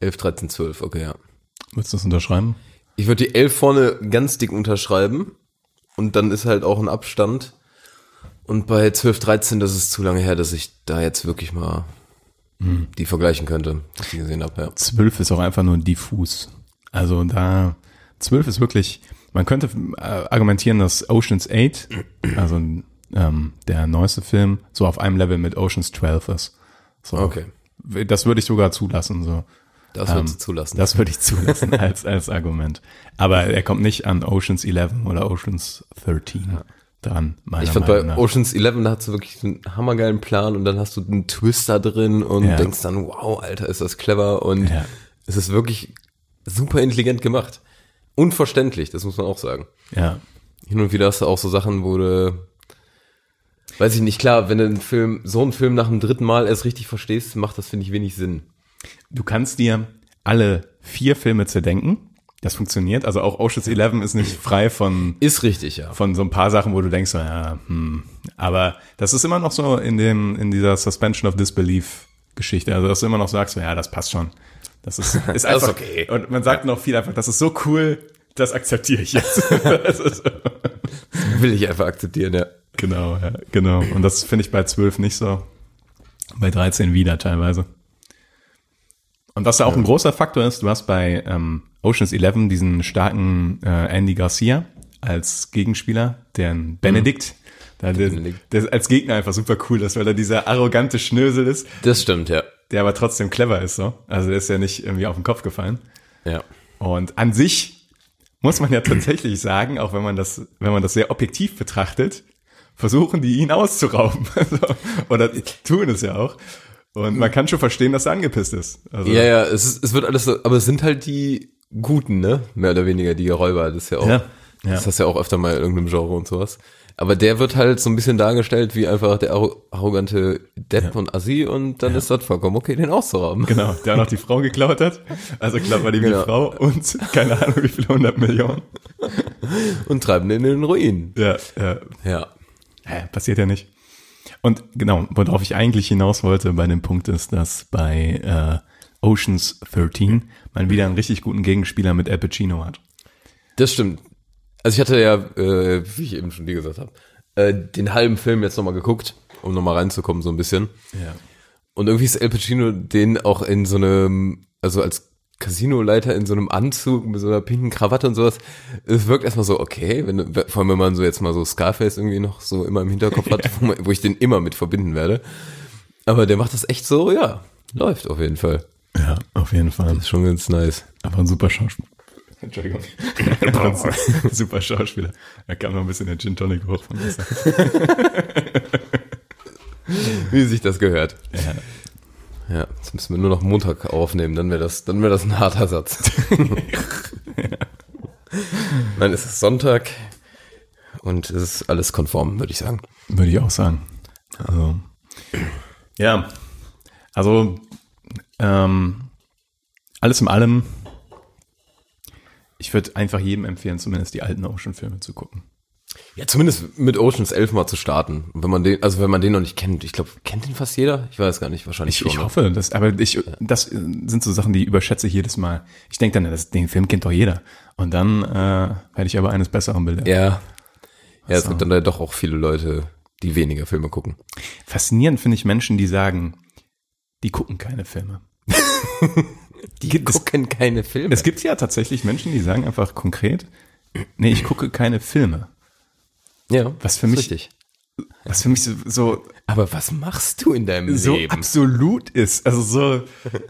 [SPEAKER 5] 11, 13, 12, okay, ja.
[SPEAKER 1] Würdest du das unterschreiben?
[SPEAKER 5] Ich würde die 11 vorne ganz dick unterschreiben. Und dann ist halt auch ein Abstand. Und bei 12, 13, das ist zu lange her, dass ich da jetzt wirklich mal die vergleichen könnte, dass ich die gesehen habe. Ja.
[SPEAKER 1] 12 ist auch einfach nur diffus. Also da, 12 ist wirklich, man könnte äh, argumentieren, dass Oceans 8, also ähm, der neueste Film, so auf einem Level mit Oceans 12 ist. So,
[SPEAKER 5] Okay,
[SPEAKER 1] Das würde ich sogar zulassen, so.
[SPEAKER 5] das wird
[SPEAKER 1] Ähm,
[SPEAKER 5] sie zulassen.
[SPEAKER 1] Das würde ich zulassen als, als Argument. Aber er kommt nicht an Oceans 11 oder Oceans 13 dran, meiner
[SPEAKER 5] ich fand
[SPEAKER 1] Meinung
[SPEAKER 5] bei
[SPEAKER 1] nach.
[SPEAKER 5] Ocean's 11, da hast du wirklich einen hammergeilen Plan und dann hast du einen Twist da drin und
[SPEAKER 1] Ja.
[SPEAKER 5] denkst dann, wow, Alter, ist das clever und
[SPEAKER 1] Ja.
[SPEAKER 5] es ist wirklich super intelligent gemacht. Unverständlich, das muss man auch sagen.
[SPEAKER 1] ja.
[SPEAKER 5] hin und wieder hast du auch so Sachen, wo du, weiß ich nicht, klar, wenn du einen Film, so einen Film nach dem dritten Mal erst richtig verstehst, macht das, finde ich, wenig Sinn.
[SPEAKER 1] Du kannst dir alle vier Filme zerdenken. Das funktioniert. Also auch Oceans 11 ist nicht frei von
[SPEAKER 5] Ist richtig, ja.
[SPEAKER 1] von so ein paar Sachen, wo du denkst, so, ja, hm. aber das ist immer noch so in dem in dieser Suspension of Disbelief Geschichte, also dass du immer noch sagst, so, ja, das passt schon. Das ist, ist einfach
[SPEAKER 5] okay.
[SPEAKER 1] Und man sagt noch viel einfach, das ist so cool, das akzeptiere ich jetzt. das ist,
[SPEAKER 5] Will ich einfach akzeptieren, ja.
[SPEAKER 1] genau, ja, genau. Und das finde ich bei 12 nicht so. Bei 13 wieder teilweise. Und was da auch ein großer Faktor ist, du hast bei ähm, Ocean's 11 diesen starken äh, Andy Garcia als Gegenspieler, den Benedikt. Da der,
[SPEAKER 5] Benedikt.
[SPEAKER 1] der ist als Gegner einfach super cool ist, weil er dieser arrogante Schnösel ist,
[SPEAKER 5] Das stimmt, ja.
[SPEAKER 1] der aber trotzdem clever ist. so. Also der ist ja nicht irgendwie auf den Kopf gefallen.
[SPEAKER 5] Ja.
[SPEAKER 1] Und an sich muss man ja tatsächlich sagen, auch wenn man das, wenn man das sehr objektiv betrachtet, versuchen die ihn auszurauben. Also, Oder tun es ja auch. Und man kann schon verstehen, dass er angepisst ist. Also,
[SPEAKER 5] Ja, ja, es, ist, es wird alles so, aber es sind halt die Guten, ne? Mehr oder weniger, die Räuber, das ist ja auch.
[SPEAKER 1] Ja, ja.
[SPEAKER 5] Das hast du ja auch öfter mal in irgendeinem Genre und sowas. Aber der wird halt so ein bisschen dargestellt wie einfach der arro- arrogante Depp und Assi und dann ist das vollkommen okay, den auszurauben.
[SPEAKER 1] Genau, der auch noch die Frau geklaut hat. Also klaut man ihm
[SPEAKER 5] Genau.
[SPEAKER 1] die Frau und keine Ahnung, wie viele hundert Millionen.
[SPEAKER 5] Und treiben den in den Ruin.
[SPEAKER 1] Ja, ja,
[SPEAKER 5] Ja.
[SPEAKER 1] Hä, passiert ja nicht. Und genau, worauf ich eigentlich hinaus wollte bei dem Punkt ist, dass bei äh, Oceans 13 man wieder einen richtig guten Gegenspieler mit Al Pacino hat.
[SPEAKER 5] Das stimmt. Also ich hatte ja, äh, wie ich eben schon dir gesagt habe, äh, den halben Film jetzt nochmal geguckt, um nochmal reinzukommen so ein bisschen.
[SPEAKER 1] Ja.
[SPEAKER 5] Und irgendwie ist El Pacino den auch in so einem, also als Casinoleiter in so einem Anzug mit so einer pinken Krawatte und sowas. Es wirkt erstmal so, okay, wenn, du- vor allem wenn man so jetzt mal so Scarface irgendwie noch so immer im Hinterkopf hat, wo, man, wo ich den immer mit verbinden werde. Aber der macht das echt so, ja, läuft auf jeden Fall.
[SPEAKER 1] Ja, auf jeden Fall.
[SPEAKER 5] Das ist schon ganz nice.
[SPEAKER 1] Aber ein super Schauspieler. Entschuldigung. super Schauspieler. Da kam noch ein bisschen der Gin Tonic hoch von gestern.
[SPEAKER 5] Wie sich das gehört. Ja, jetzt müssen wir nur noch Montag aufnehmen, dann wäre das, dann wäre das ein harter Satz. Nein, es ist Sonntag und es ist alles konform, würde ich sagen.
[SPEAKER 1] Würde ich auch sagen. Also, ja, also ähm, alles in allem, ich würde einfach jedem empfehlen, zumindest die alten Ocean-Filme zu gucken.
[SPEAKER 5] Ja, zumindest mit Oceans 11 mal zu starten. Und Wenn man den, also wenn man den noch nicht kennt, ich glaube, kennt den fast jeder? Ich weiß gar nicht, wahrscheinlich
[SPEAKER 1] Ich,
[SPEAKER 5] schon.
[SPEAKER 1] ich
[SPEAKER 5] ne?
[SPEAKER 1] hoffe, dass, aber ich, das sind so Sachen, die überschätze ich jedes Mal. Ich denke dann, das, den Film kennt doch jeder. Und dann äh, werde ich aber eines Besseren belehrt.
[SPEAKER 5] Ja. Ja, es gibt dann ja doch auch viele Leute, die weniger Filme gucken.
[SPEAKER 1] Faszinierend finde ich Menschen, die sagen, die gucken keine Filme. die gibt es
[SPEAKER 5] Gucken keine Filme.
[SPEAKER 1] Es gibt ja tatsächlich Menschen, die sagen einfach konkret, nee, ich gucke keine Filme.
[SPEAKER 5] ja,
[SPEAKER 1] was für
[SPEAKER 5] ist
[SPEAKER 1] mich-
[SPEAKER 5] Richtig.
[SPEAKER 1] Was für mich so, so,
[SPEAKER 5] Aber was machst du in deinem
[SPEAKER 1] so
[SPEAKER 5] Leben?
[SPEAKER 1] absolut ist. Also so,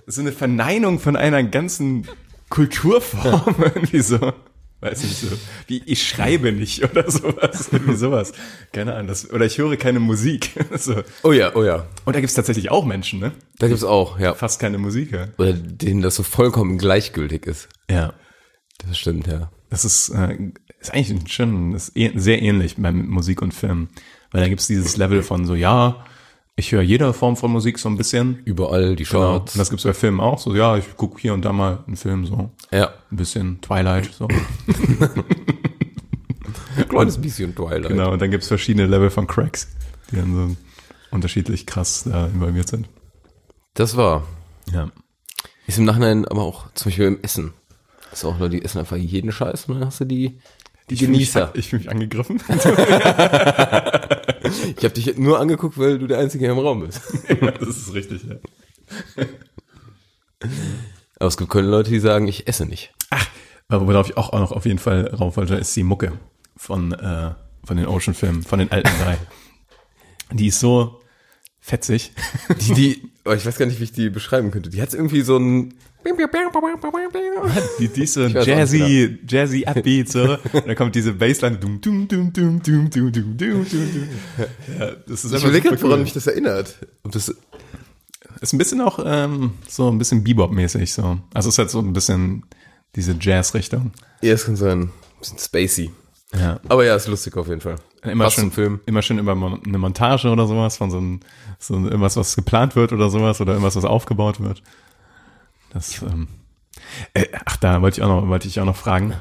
[SPEAKER 1] so eine Verneinung von einer ganzen Kulturform irgendwie so. Weiß nicht so, wie ich schreibe nicht oder sowas, irgendwie sowas. Keine Ahnung, das, oder ich höre keine Musik. So.
[SPEAKER 5] Oh ja, oh ja.
[SPEAKER 1] Und da gibt es tatsächlich auch Menschen, ne?
[SPEAKER 5] Da gibt's auch, ja.
[SPEAKER 1] Fast keine Musik hören.
[SPEAKER 5] Oder denen das so vollkommen gleichgültig ist.
[SPEAKER 1] Ja.
[SPEAKER 5] Das stimmt, ja.
[SPEAKER 1] Das ist, äh, ist eigentlich ein schön, ist eh, sehr ähnlich bei Musik und Film. Weil da gibt's dieses Level von so, ja, ich höre jede Form von Musik so ein bisschen.
[SPEAKER 5] Überall die
[SPEAKER 1] Genau.
[SPEAKER 5] Charts.
[SPEAKER 1] Und das gibt's bei Filmen auch. So, ja, ich gucke hier und da mal einen Film so.
[SPEAKER 5] Ja.
[SPEAKER 1] Ein bisschen Twilight. So.
[SPEAKER 5] Kleines bisschen Twilight.
[SPEAKER 1] genau, und dann gibt's verschiedene Level von Cracks, die dann so unterschiedlich krass da involviert äh, sind.
[SPEAKER 5] Das war.
[SPEAKER 1] Ja.
[SPEAKER 5] Ist im Nachhinein aber auch zum Beispiel im Essen. Ist auch Leute, die essen einfach jeden Scheiß und dann hast du die, die
[SPEAKER 1] Ich fühl mich-
[SPEAKER 5] Genießer.
[SPEAKER 1] Ich fühle mich angegriffen.
[SPEAKER 5] Ich habe dich nur angeguckt, weil du der Einzige hier im Raum bist.
[SPEAKER 1] Ja, das ist richtig, ja.
[SPEAKER 5] Aber es gibt keine Leute, die sagen, ich esse nicht.
[SPEAKER 1] Aber worauf ich auch, auch noch auf jeden Fall rauf wollte, ist die Mucke von, äh, von den Ocean-Filmen, von den alten drei. Die ist so fetzig.
[SPEAKER 5] Die, die, aber ich weiß gar nicht, wie ich die beschreiben könnte. Die hat irgendwie so ein.
[SPEAKER 1] Die, die ist so
[SPEAKER 5] weiß auch genau.
[SPEAKER 1] jazzy, jazzy Upbeat, so. Und dann kommt diese Bassline. Dum, dum, dum, dum, dum, dum, dum, dum, dum, dum. Ja, das ist
[SPEAKER 5] Ich
[SPEAKER 1] einfach
[SPEAKER 5] überlege
[SPEAKER 1] super
[SPEAKER 5] gerade, woran
[SPEAKER 1] cool.
[SPEAKER 5] mich das erinnert. Ob das,
[SPEAKER 1] Ist ein bisschen auch ähm, so ein bisschen Bebop-mäßig, so. Also es ist halt so ein bisschen diese Jazz-Richtung.
[SPEAKER 5] ja, es kann sein. Bisschen spacey.
[SPEAKER 1] Ja.
[SPEAKER 5] Aber ja, ist lustig auf jeden Fall.
[SPEAKER 1] Immer
[SPEAKER 5] Passt
[SPEAKER 1] schön,
[SPEAKER 5] zum Film.
[SPEAKER 1] immer schön über Mon- eine Montage oder sowas, von so, ein, so ein- irgendwas, was geplant wird oder sowas oder irgendwas, was aufgebaut wird. Das, ähm, äh, ach, da wollte ich auch noch, wollte ich auch noch fragen.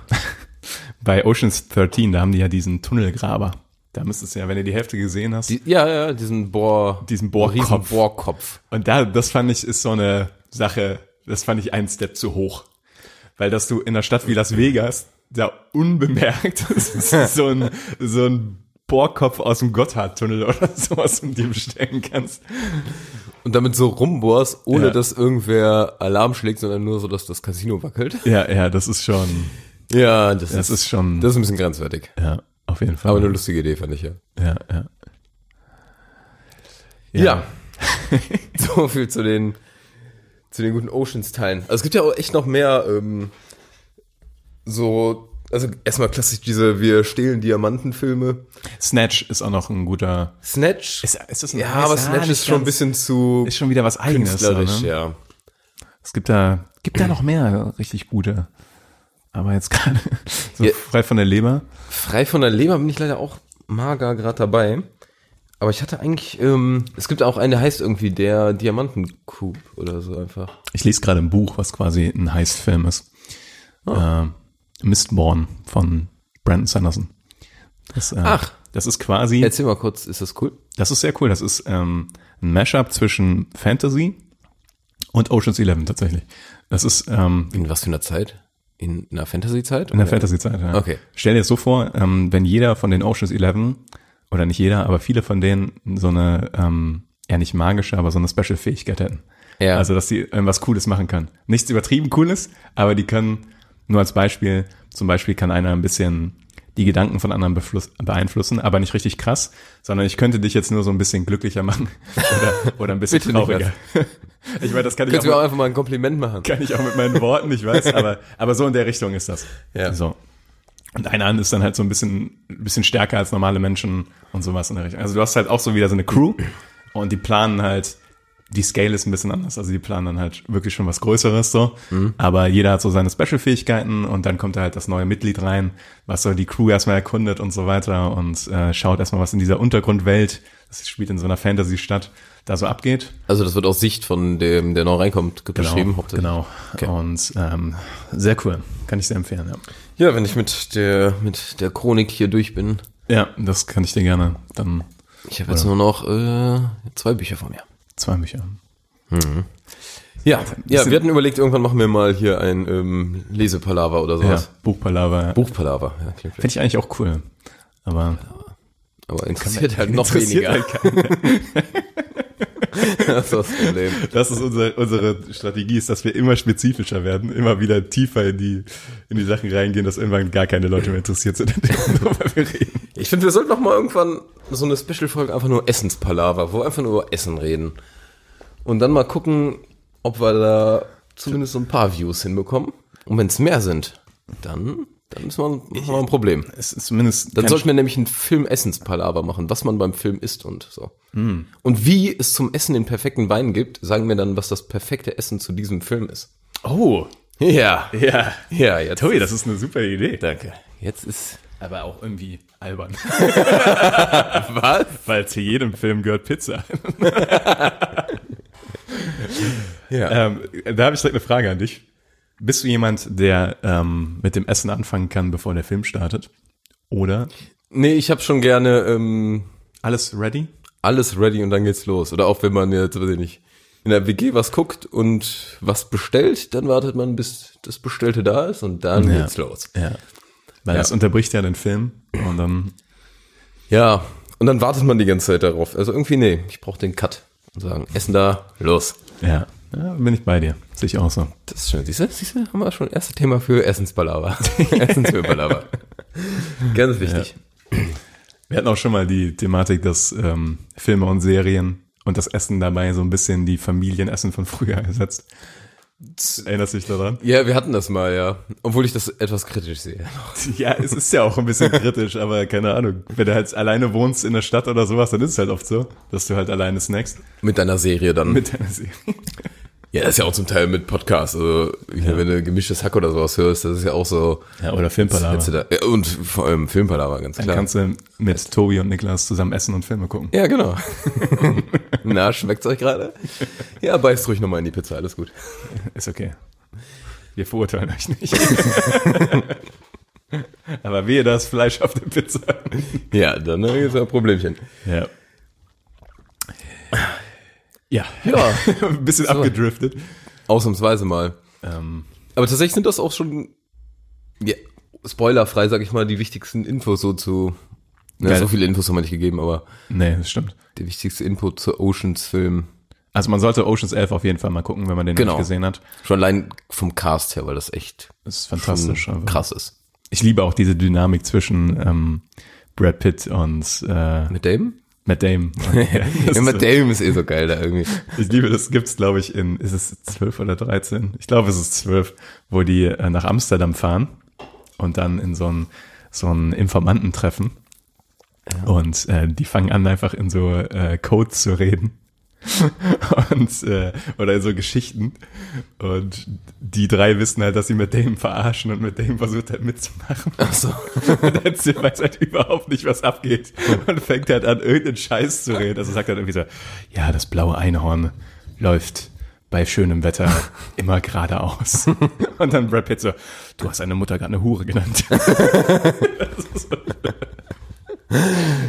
[SPEAKER 1] Bei Oceans 13, da haben die ja diesen Tunnelgraber. Da müsstest du ja, wenn du die Hälfte gesehen hast,
[SPEAKER 5] Die, ja, ja, diesen Bohr.
[SPEAKER 1] Diesen Bohrkopf.
[SPEAKER 5] riesen Bohrkopf.
[SPEAKER 1] und da, das fand ich, ist so eine Sache, das fand ich einen Step zu hoch. Weil, dass du in einer Stadt wie Las Vegas da unbemerkt so ein, so ein Bohrkopf aus dem Gotthardtunnel oder sowas um dir bestellen kannst.
[SPEAKER 5] Und damit so rumbohrst, ohne
[SPEAKER 1] Ja.
[SPEAKER 5] dass irgendwer Alarm schlägt, sondern nur so, dass das Casino wackelt.
[SPEAKER 1] Ja, ja, das ist schon,
[SPEAKER 5] Ja, das,
[SPEAKER 1] das ist schon,
[SPEAKER 5] das ist ein bisschen grenzwertig.
[SPEAKER 1] ja, auf jeden Fall.
[SPEAKER 5] Aber eine lustige Idee, fand ich ja.
[SPEAKER 1] ja, ja.
[SPEAKER 5] Ja. so viel zu den, zu den guten Oceans-Teilen. Also es gibt ja auch echt noch mehr ähm, so, also erstmal klassisch diese Wir stehlen Diamanten-Filme.
[SPEAKER 1] Snatch ist auch noch ein guter,
[SPEAKER 5] Snatch.
[SPEAKER 1] Ist- ist das ein-
[SPEAKER 5] ja, aber
[SPEAKER 1] ist- ah,
[SPEAKER 5] Snatch
[SPEAKER 1] nicht
[SPEAKER 5] ist schon ein
[SPEAKER 1] ganz-
[SPEAKER 5] bisschen zu
[SPEAKER 1] ist schon wieder was eigenes. So,
[SPEAKER 5] künstlerisch,
[SPEAKER 1] ne?
[SPEAKER 5] ja.
[SPEAKER 1] Es gibt da, gibt da noch mehr richtig gute. Aber jetzt gerade so
[SPEAKER 5] Ja.
[SPEAKER 1] frei von der Leber.
[SPEAKER 5] Frei von der Leber bin ich leider auch mager gerade dabei. Aber ich hatte eigentlich, ähm, es gibt auch einen, der heißt irgendwie der Diamantenkub oder so einfach.
[SPEAKER 1] Ich lese gerade ein Buch, was quasi ein Heist-Film ist. Ähm, Mistborn von Brandon Sanderson. Das, äh,
[SPEAKER 5] Ach.
[SPEAKER 1] Das ist quasi.
[SPEAKER 5] Erzähl mal kurz, ist das cool?
[SPEAKER 1] Das ist sehr cool. Das ist ähm, ein Mashup zwischen Fantasy und Ocean's Eleven tatsächlich. Das ist ähm,
[SPEAKER 5] In was für einer Zeit? In einer Fantasy-Zeit?
[SPEAKER 1] in der Fantasy-Zeit. Ja.
[SPEAKER 5] Okay.
[SPEAKER 1] Stell dir das so vor, ähm, wenn jeder von den Ocean's Eleven, oder nicht jeder, aber viele von denen so eine, ähm, ja nicht magische, aber so eine Special-Fähigkeit hätten.
[SPEAKER 5] Ja.
[SPEAKER 1] Also, dass sie irgendwas Cooles machen können. Nichts übertrieben Cooles, aber die können, nur als Beispiel, zum Beispiel kann einer ein bisschen die Gedanken von anderen befluss- beeinflussen, aber nicht richtig krass, sondern ich könnte dich jetzt nur so ein bisschen glücklicher machen oder, oder ein bisschen
[SPEAKER 5] Bitte nicht
[SPEAKER 1] trauriger. Ich meine, das kann ich
[SPEAKER 5] Könntest du mir
[SPEAKER 1] auch,
[SPEAKER 5] auch einfach mal ein Kompliment machen?
[SPEAKER 1] kann ich auch mit meinen Worten, ich weiß, aber, aber so in der Richtung ist das.
[SPEAKER 5] Ja.
[SPEAKER 1] So. Und eine Hand ist dann halt so ein bisschen, ein bisschen stärker als normale Menschen und sowas in der Richtung. Also du hast halt auch so wieder so eine Crew und die planen halt, die Scale ist ein bisschen anders. Also die planen dann halt wirklich schon was Größeres so. Aber jeder hat so seine Special-Fähigkeiten und dann kommt da halt das neue Mitglied rein, was so die Crew erstmal erkundet und so weiter und äh, schaut erstmal, was in dieser Untergrundwelt, das spielt in so einer Fantasy-Stadt, da so abgeht.
[SPEAKER 5] Also das wird aus Sicht von dem, der noch reinkommt, beschrieben hauptsächlich.
[SPEAKER 1] Genau. Und ähm, sehr cool. Kann ich sehr empfehlen, ja.
[SPEAKER 5] Ja, wenn ich mit der, mit der Chronik hier durch bin.
[SPEAKER 1] Ja, das kann ich dir gerne. Dann
[SPEAKER 5] Ich habe jetzt nur noch äh, zwei Bücher vor mir.
[SPEAKER 1] zwei Bücher.
[SPEAKER 5] Ja, ja wir hatten überlegt, irgendwann machen wir mal hier ein ähm, Lesepalaver oder
[SPEAKER 1] Ja,
[SPEAKER 5] sowas.
[SPEAKER 1] Buchpalaver.
[SPEAKER 5] Buchpalaver, ja, klingt
[SPEAKER 1] Finde ich eigentlich auch cool. Aber
[SPEAKER 5] Aber interessiert halt noch
[SPEAKER 1] interessiert
[SPEAKER 5] weniger.
[SPEAKER 1] halt keinen.
[SPEAKER 5] das ist das Problem.
[SPEAKER 1] das ist unsere, unsere Strategie, ist, dass wir immer spezifischer werden, immer wieder tiefer in die, in die Sachen reingehen, dass irgendwann gar keine Leute mehr interessiert sind, worüber wir reden.
[SPEAKER 5] Ich finde, wir sollten noch mal irgendwann so eine Special-Folge einfach nur Essenspalaver, wo wir einfach nur über Essen reden. Und dann mal gucken, ob wir da zumindest so ein paar Views hinbekommen. Und wenn es mehr sind, dann, dann müssen wir, haben wir ein Problem.
[SPEAKER 1] Es ist zumindest.
[SPEAKER 5] Dann
[SPEAKER 1] kein-
[SPEAKER 5] sollten wir nämlich einen Film-Essens-Palaver machen, was man beim Film isst und so. Und wie es zum Essen den perfekten Wein gibt, sagen wir dann, was das perfekte Essen zu diesem Film ist.
[SPEAKER 1] oh,
[SPEAKER 5] Ja,
[SPEAKER 1] ja.
[SPEAKER 5] ja, jetzt.
[SPEAKER 1] Toll, das ist eine super Idee.
[SPEAKER 5] Danke. Jetzt ist.
[SPEAKER 1] Aber auch irgendwie albern.
[SPEAKER 5] Was?
[SPEAKER 1] Weil zu jedem Film gehört Pizza.
[SPEAKER 5] Ja.
[SPEAKER 1] Ähm, da habe ich direkt eine Frage an dich. Bist du jemand, der ähm, mit dem Essen anfangen kann, bevor der Film startet? Oder
[SPEAKER 5] Nee, ich habe schon gerne ähm,
[SPEAKER 1] alles ready?
[SPEAKER 5] alles ready und dann geht's los. Oder auch wenn man jetzt, weiß ich nicht, in der WG was guckt und was bestellt, dann wartet man, bis das Bestellte da ist und dann
[SPEAKER 1] Ja.
[SPEAKER 5] geht's los.
[SPEAKER 1] Ja. Weil
[SPEAKER 5] Ja.
[SPEAKER 1] das unterbricht ja den Film und dann
[SPEAKER 5] Ja, und dann wartet man die ganze Zeit darauf. Also irgendwie, nee, ich brauche den Cut und sagen, Essen da, los.
[SPEAKER 1] ja, ja bin ich bei dir. Sehe ich auch so.
[SPEAKER 5] Das ist schön. Siehst du, siehst du, haben wir schon das erste Thema für Essensbalava. Essensbalava. Ganz wichtig.
[SPEAKER 1] Wir hatten auch schon mal die Thematik, dass ähm, Filme und Serien und das Essen dabei so ein bisschen die Familienessen von früher ersetzt. Erinnerst du dich daran?
[SPEAKER 5] Ja. wir hatten das mal, ja. Obwohl ich das etwas kritisch sehe.
[SPEAKER 1] Ja, es ist ja auch ein bisschen kritisch, aber keine Ahnung. Wenn du halt alleine wohnst in der Stadt oder sowas, dann ist es halt oft so, dass du halt alleine snackst
[SPEAKER 5] Mit deiner Serie dann.
[SPEAKER 1] mit deiner Serie.
[SPEAKER 5] ja, das ist ja auch zum Teil mit Podcast. Also, ich meine, wenn du gemischtes Hack oder sowas hörst, das ist ja auch so.
[SPEAKER 1] Ja, oder
[SPEAKER 5] Hättest du
[SPEAKER 1] Filmpalava.
[SPEAKER 5] Da, ja, und vor allem Filmpalava, ganz
[SPEAKER 1] Dann
[SPEAKER 5] klar.
[SPEAKER 1] kannst du mit Tobi und Niklas zusammen essen und Filme gucken.
[SPEAKER 5] ja, genau. Na, schmeckt's euch gerade? Ja, beißt ruhig nochmal in die Pizza, alles gut.
[SPEAKER 1] Ist okay. Wir verurteilen euch nicht. Aber wehe das Fleisch auf der Pizza.
[SPEAKER 5] Ja, dann äh, ist ja ein Problemchen.
[SPEAKER 1] Ja. Ja.
[SPEAKER 5] Ja.
[SPEAKER 1] ein bisschen abgedriftet.
[SPEAKER 5] Ausnahmsweise mal.
[SPEAKER 1] Ähm,
[SPEAKER 5] Aber tatsächlich sind das auch schon ja, spoilerfrei, sag ich mal, die wichtigsten Infos so zu. Na,
[SPEAKER 1] Geil.
[SPEAKER 5] so viele Infos haben wir nicht gegeben, aber
[SPEAKER 1] nee, das stimmt.
[SPEAKER 5] die wichtigste Info zu Oceans Film.
[SPEAKER 1] Also man sollte Ocean's 11 auf jeden Fall mal gucken, wenn man den
[SPEAKER 5] Genau.
[SPEAKER 1] nicht gesehen hat.
[SPEAKER 5] Schon allein vom Cast her, weil das echt
[SPEAKER 1] Das ist fantastisch.
[SPEAKER 5] schon
[SPEAKER 1] aber-
[SPEAKER 5] krass ist.
[SPEAKER 1] Ich liebe auch diese Dynamik zwischen ähm, Brad Pitt und äh,
[SPEAKER 5] Mit Damon?
[SPEAKER 1] Matt Damon. Das
[SPEAKER 5] Ja,
[SPEAKER 1] ist
[SPEAKER 5] mit
[SPEAKER 1] so-
[SPEAKER 5] Damon ist eh so geil da irgendwie.
[SPEAKER 1] Ich liebe, das gibt's, glaube ich, in, ist es 12 oder 13? Ich glaube, es ist 12, wo die äh, nach Amsterdam fahren und dann in so einen so einen Informanten treffen. Und äh, die fangen an, einfach in so äh, Codes zu reden. und äh, oder in so Geschichten. Und die drei wissen halt, dass sie mit dem verarschen und mit dem versucht halt mitzumachen.
[SPEAKER 5] Ach so.
[SPEAKER 1] Und der Zip weiß halt überhaupt nicht, was abgeht. Und fängt halt an, irgendeinen Scheiß zu reden. Also sagt halt irgendwie so, ja, das blaue Einhorn läuft bei schönem Wetter immer geradeaus. Und dann Brad Pitt so, du hast deine Mutter gerade eine Hure genannt. das ist so,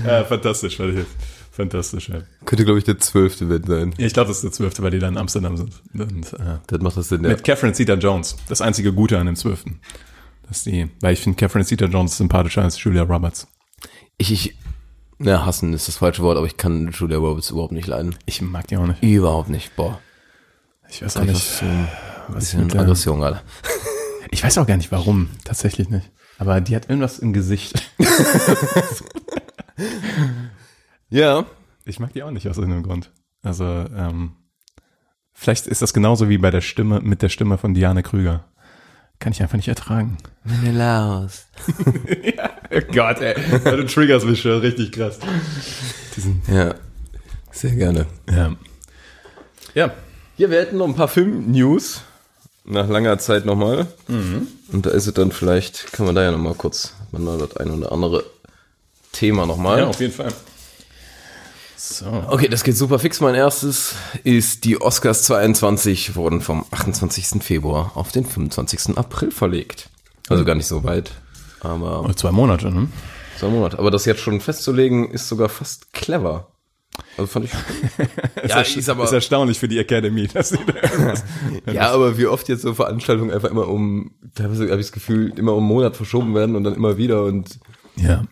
[SPEAKER 1] ja, fantastisch, fand ich. Fantastisch, ja.
[SPEAKER 5] Könnte, glaube ich, der zwölfte Wett sein.
[SPEAKER 1] Ja, Ich glaube, das ist der zwölfte, weil die dann in Amsterdam sind. Und, äh,
[SPEAKER 5] Das macht das Sinn, ja.
[SPEAKER 1] Mit Catherine Zeta-Jones. Das einzige Gute an dem zwölften. Dass die, weil ich finde Catherine Zeta-Jones sympathischer als Julia Roberts.
[SPEAKER 5] Ich, ich, na, hassen ist das falsche Wort, aber ich kann Julia Roberts überhaupt nicht leiden.
[SPEAKER 1] Ich mag die auch nicht.
[SPEAKER 5] Überhaupt nicht, boah.
[SPEAKER 1] Ich weiß auch
[SPEAKER 5] Das
[SPEAKER 1] nicht,
[SPEAKER 5] ist so ein
[SPEAKER 1] was ich,
[SPEAKER 5] bisschen
[SPEAKER 1] mit der,
[SPEAKER 5] Aggression gerade.
[SPEAKER 1] ich weiß auch gar nicht warum, tatsächlich nicht. Aber die hat irgendwas im Gesicht.
[SPEAKER 5] Ja,
[SPEAKER 1] Ich mag die auch nicht aus irgendeinem Grund. Also, ähm, vielleicht ist das genauso wie bei der Stimme, mit der Stimme von Diane Krüger. Kann ich einfach nicht ertragen.
[SPEAKER 5] Menelaus.
[SPEAKER 1] Oh Gott, ey, du triggerst mich schon richtig krass. Diesen,
[SPEAKER 5] Ja, sehr gerne.
[SPEAKER 1] ja. Ja.
[SPEAKER 5] Ja, wir hätten noch ein paar Film-News. Nach langer Zeit nochmal. Und da ist es dann vielleicht, kann man da ja nochmal kurz, hat man mal das ein oder andere Thema nochmal. mal.
[SPEAKER 1] jeden Fall. So.
[SPEAKER 5] okay, das geht super fix. Mein erstes ist, die Oscars 22 wurden vom 28. Februar auf den 25. April verlegt. Also gar nicht so weit. Aber
[SPEAKER 1] Zwei Monate, ne?
[SPEAKER 5] so ein Monat. Aber das jetzt schon festzulegen, ist sogar fast clever. Also fand ich. ja,
[SPEAKER 1] ist, ist erstaunlich für die Academy, dass sie da irgendwas.
[SPEAKER 5] Ja, aber wie oft jetzt so Veranstaltungen einfach immer um, teilweise habe ich das Gefühl, immer um einen Monat verschoben werden und dann immer wieder und
[SPEAKER 1] ja.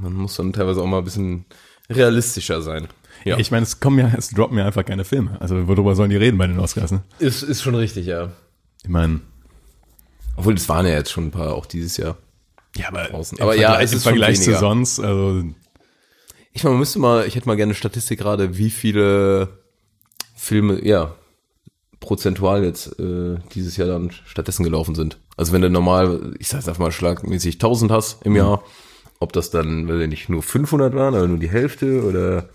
[SPEAKER 5] man muss dann teilweise auch mal ein bisschen realistischer sein. Ja,
[SPEAKER 1] Ich meine, es kommen ja, es droppen ja einfach keine Filme. Also worüber sollen die reden bei den Oscars, ne?
[SPEAKER 5] ist, ist schon richtig, ja.
[SPEAKER 1] Ich meine,
[SPEAKER 5] Obwohl, es waren ja jetzt schon ein paar auch dieses Jahr.
[SPEAKER 1] ja, aber,
[SPEAKER 5] Draußen.
[SPEAKER 1] im
[SPEAKER 5] Aber ja,
[SPEAKER 1] Vergleich,
[SPEAKER 5] es
[SPEAKER 1] im
[SPEAKER 5] ist schon
[SPEAKER 1] Vergleich zu
[SPEAKER 5] weniger.
[SPEAKER 1] sonst, also
[SPEAKER 5] Ich meine, man müsste mal, ich hätte mal gerne eine Statistik gerade, wie viele Filme, ja, prozentual jetzt äh, dieses Jahr dann stattdessen gelaufen sind. Also wenn du normal, ich sag's einfach mal schlagmäßig 1000 hast im Jahr, ob das dann, weiß ich nicht, nur 500 waren oder nur die Hälfte oder,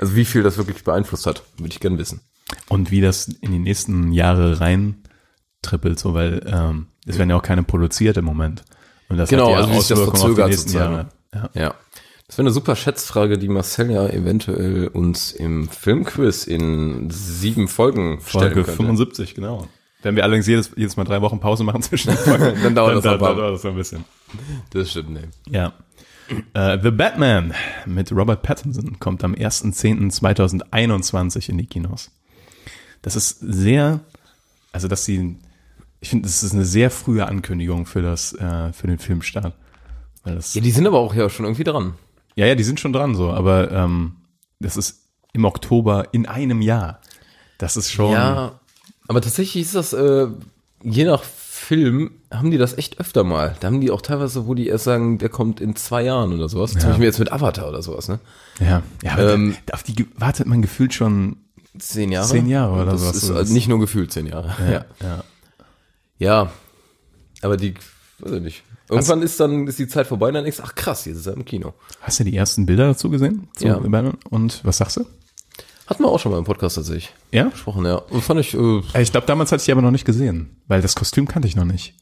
[SPEAKER 5] also wie viel das wirklich beeinflusst hat, würde ich gerne wissen.
[SPEAKER 1] und wie das in die nächsten Jahre rein trippelt, so weil ähm, es werden ja auch keine produziert im Moment. Und das
[SPEAKER 5] Genau,
[SPEAKER 1] hat ja
[SPEAKER 5] also wie sich das
[SPEAKER 1] Auswirkungen auf die
[SPEAKER 5] verzögert
[SPEAKER 1] nächsten
[SPEAKER 5] sozusagen.
[SPEAKER 1] Jahre. Ja.
[SPEAKER 5] Ja. Das wäre eine super Schätzfrage, die Marcel ja eventuell uns im Filmquiz in sieben Folgen stellen
[SPEAKER 1] Folge
[SPEAKER 5] könnte.
[SPEAKER 1] 75, genau. Wenn wir allerdings jedes, jedes Mal drei Wochen Pause machen zwischen den Folgen,
[SPEAKER 5] Dann dauert das
[SPEAKER 1] dann,
[SPEAKER 5] noch ein paar-
[SPEAKER 1] dauert das noch ein bisschen.
[SPEAKER 5] Das stimmt, ne.
[SPEAKER 1] Ja. Äh, The Batman mit Robert Pattinson kommt am 1.10.2021 in die Kinos. das ist sehr, also dass sie, ich finde, das ist eine sehr frühe Ankündigung für das, äh, für den Filmstart. Weil das,
[SPEAKER 5] Ja, die sind aber auch ja schon irgendwie dran.
[SPEAKER 1] ja, ja, die sind schon dran so, aber ähm, das ist im Oktober in einem Jahr. Das ist schon,
[SPEAKER 5] Ja, aber tatsächlich ist das, äh, je nach Film, haben die das echt öfter mal. Da haben die auch teilweise, wo die erst sagen, der kommt in zwei Jahren oder sowas. Zum Beispiel jetzt mit Avatar oder sowas, ne?
[SPEAKER 1] ja, ja aber
[SPEAKER 5] Ähm,
[SPEAKER 1] da- auf die ge- wartet man gefühlt schon
[SPEAKER 5] Zehn Jahre.
[SPEAKER 1] Zehn Jahre oder
[SPEAKER 5] das
[SPEAKER 1] sowas.
[SPEAKER 5] Ist äh, nicht nur gefühlt zehn Jahre. Ja.
[SPEAKER 1] ja.
[SPEAKER 5] ja. Aber die, weiß ich nicht. Irgendwann ist dann, ist die Zeit vorbei, dann denkst du, ach krass, jetzt ist er im Kino.
[SPEAKER 1] Hast du die ersten Bilder dazu gesehen? Zu
[SPEAKER 5] Ja.
[SPEAKER 1] The Batman? Und was sagst du?
[SPEAKER 5] Hatten wir auch schon mal im Podcast tatsächlich
[SPEAKER 1] Ja?
[SPEAKER 5] gesprochen, ja. Und fand ich, äh,
[SPEAKER 1] Ich glaube, damals hatte ich die aber noch nicht gesehen, weil das Kostüm kannte ich noch nicht.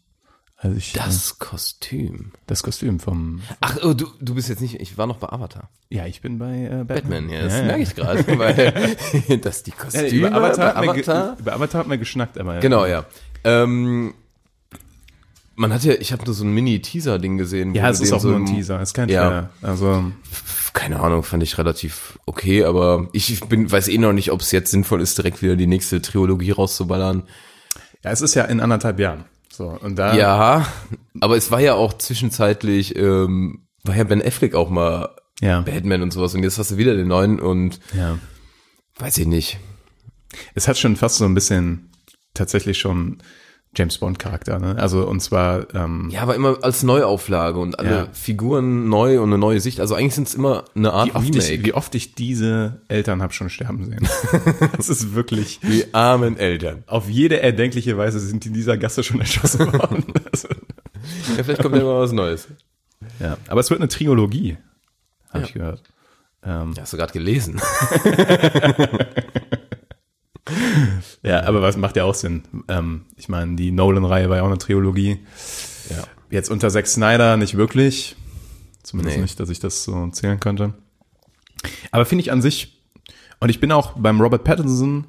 [SPEAKER 1] Also ich, äh,
[SPEAKER 5] das Kostüm.
[SPEAKER 1] das Kostüm vom,
[SPEAKER 5] Ach, oh, du, du bist jetzt nicht, ich war noch bei Avatar.
[SPEAKER 1] ja, ich bin bei äh, Batman.
[SPEAKER 5] Batman, ja, das
[SPEAKER 1] ja, ja.
[SPEAKER 5] merke ich gerade, weil dass die
[SPEAKER 1] Ja,
[SPEAKER 5] Kostüme
[SPEAKER 1] über, Avatar
[SPEAKER 5] bei
[SPEAKER 1] hat man ge- über Avatar hat man geschnackt, aber
[SPEAKER 5] Genau, ja. Ähm, man hat ja, ich habe nur so ein Mini-Teaser-Ding gesehen. wo
[SPEAKER 1] Ja, es
[SPEAKER 5] sie
[SPEAKER 1] ist
[SPEAKER 5] dem
[SPEAKER 1] auch
[SPEAKER 5] so
[SPEAKER 1] nur ein
[SPEAKER 5] im-
[SPEAKER 1] Teaser, es ist kein
[SPEAKER 5] Ja.
[SPEAKER 1] Trailer. Also,
[SPEAKER 5] Keine Ahnung, fand ich relativ okay, aber ich bin, weiß eh noch nicht, ob es jetzt sinnvoll ist, direkt wieder die nächste Trilogie rauszuballern.
[SPEAKER 1] ja, es ist ja in anderthalb Jahren. So, und da,
[SPEAKER 5] Ja, aber es war ja auch zwischenzeitlich, ähm, war ja Ben Affleck auch mal
[SPEAKER 1] ja,
[SPEAKER 5] Batman und sowas und jetzt hast du wieder den neuen und
[SPEAKER 1] ja.
[SPEAKER 5] weiß ich nicht.
[SPEAKER 1] Es hat schon fast so ein bisschen, tatsächlich schon James Bond Charakter, ne? Also, und zwar, ähm,
[SPEAKER 5] Ja, aber immer als Neuauflage und alle
[SPEAKER 1] Ja.
[SPEAKER 5] Figuren neu und eine neue Sicht. Also eigentlich sind es immer eine Art
[SPEAKER 1] wie oft, ich,
[SPEAKER 5] Remake.
[SPEAKER 1] wie oft ich diese Eltern habe schon sterben sehen. das ist wirklich.
[SPEAKER 5] Die armen Eltern.
[SPEAKER 1] Auf jede erdenkliche Weise sind die in dieser Gasse schon erschossen worden. Also,
[SPEAKER 5] Ja, vielleicht kommt ja mal was Neues.
[SPEAKER 1] ja. Aber es wird eine Trilogie, habe ich gehört.
[SPEAKER 5] Ja, hast du gerade gelesen.
[SPEAKER 1] Ja, aber was macht ja auch Sinn? Ähm, ich meine, die Nolan-Reihe war ja auch eine Trilogie.
[SPEAKER 5] Ja.
[SPEAKER 1] Jetzt unter Zack Snyder nicht wirklich. Zumindest
[SPEAKER 5] Nee.
[SPEAKER 1] nicht, dass ich das so zählen könnte. Aber finde ich an sich, und ich bin auch beim Robert Pattinson,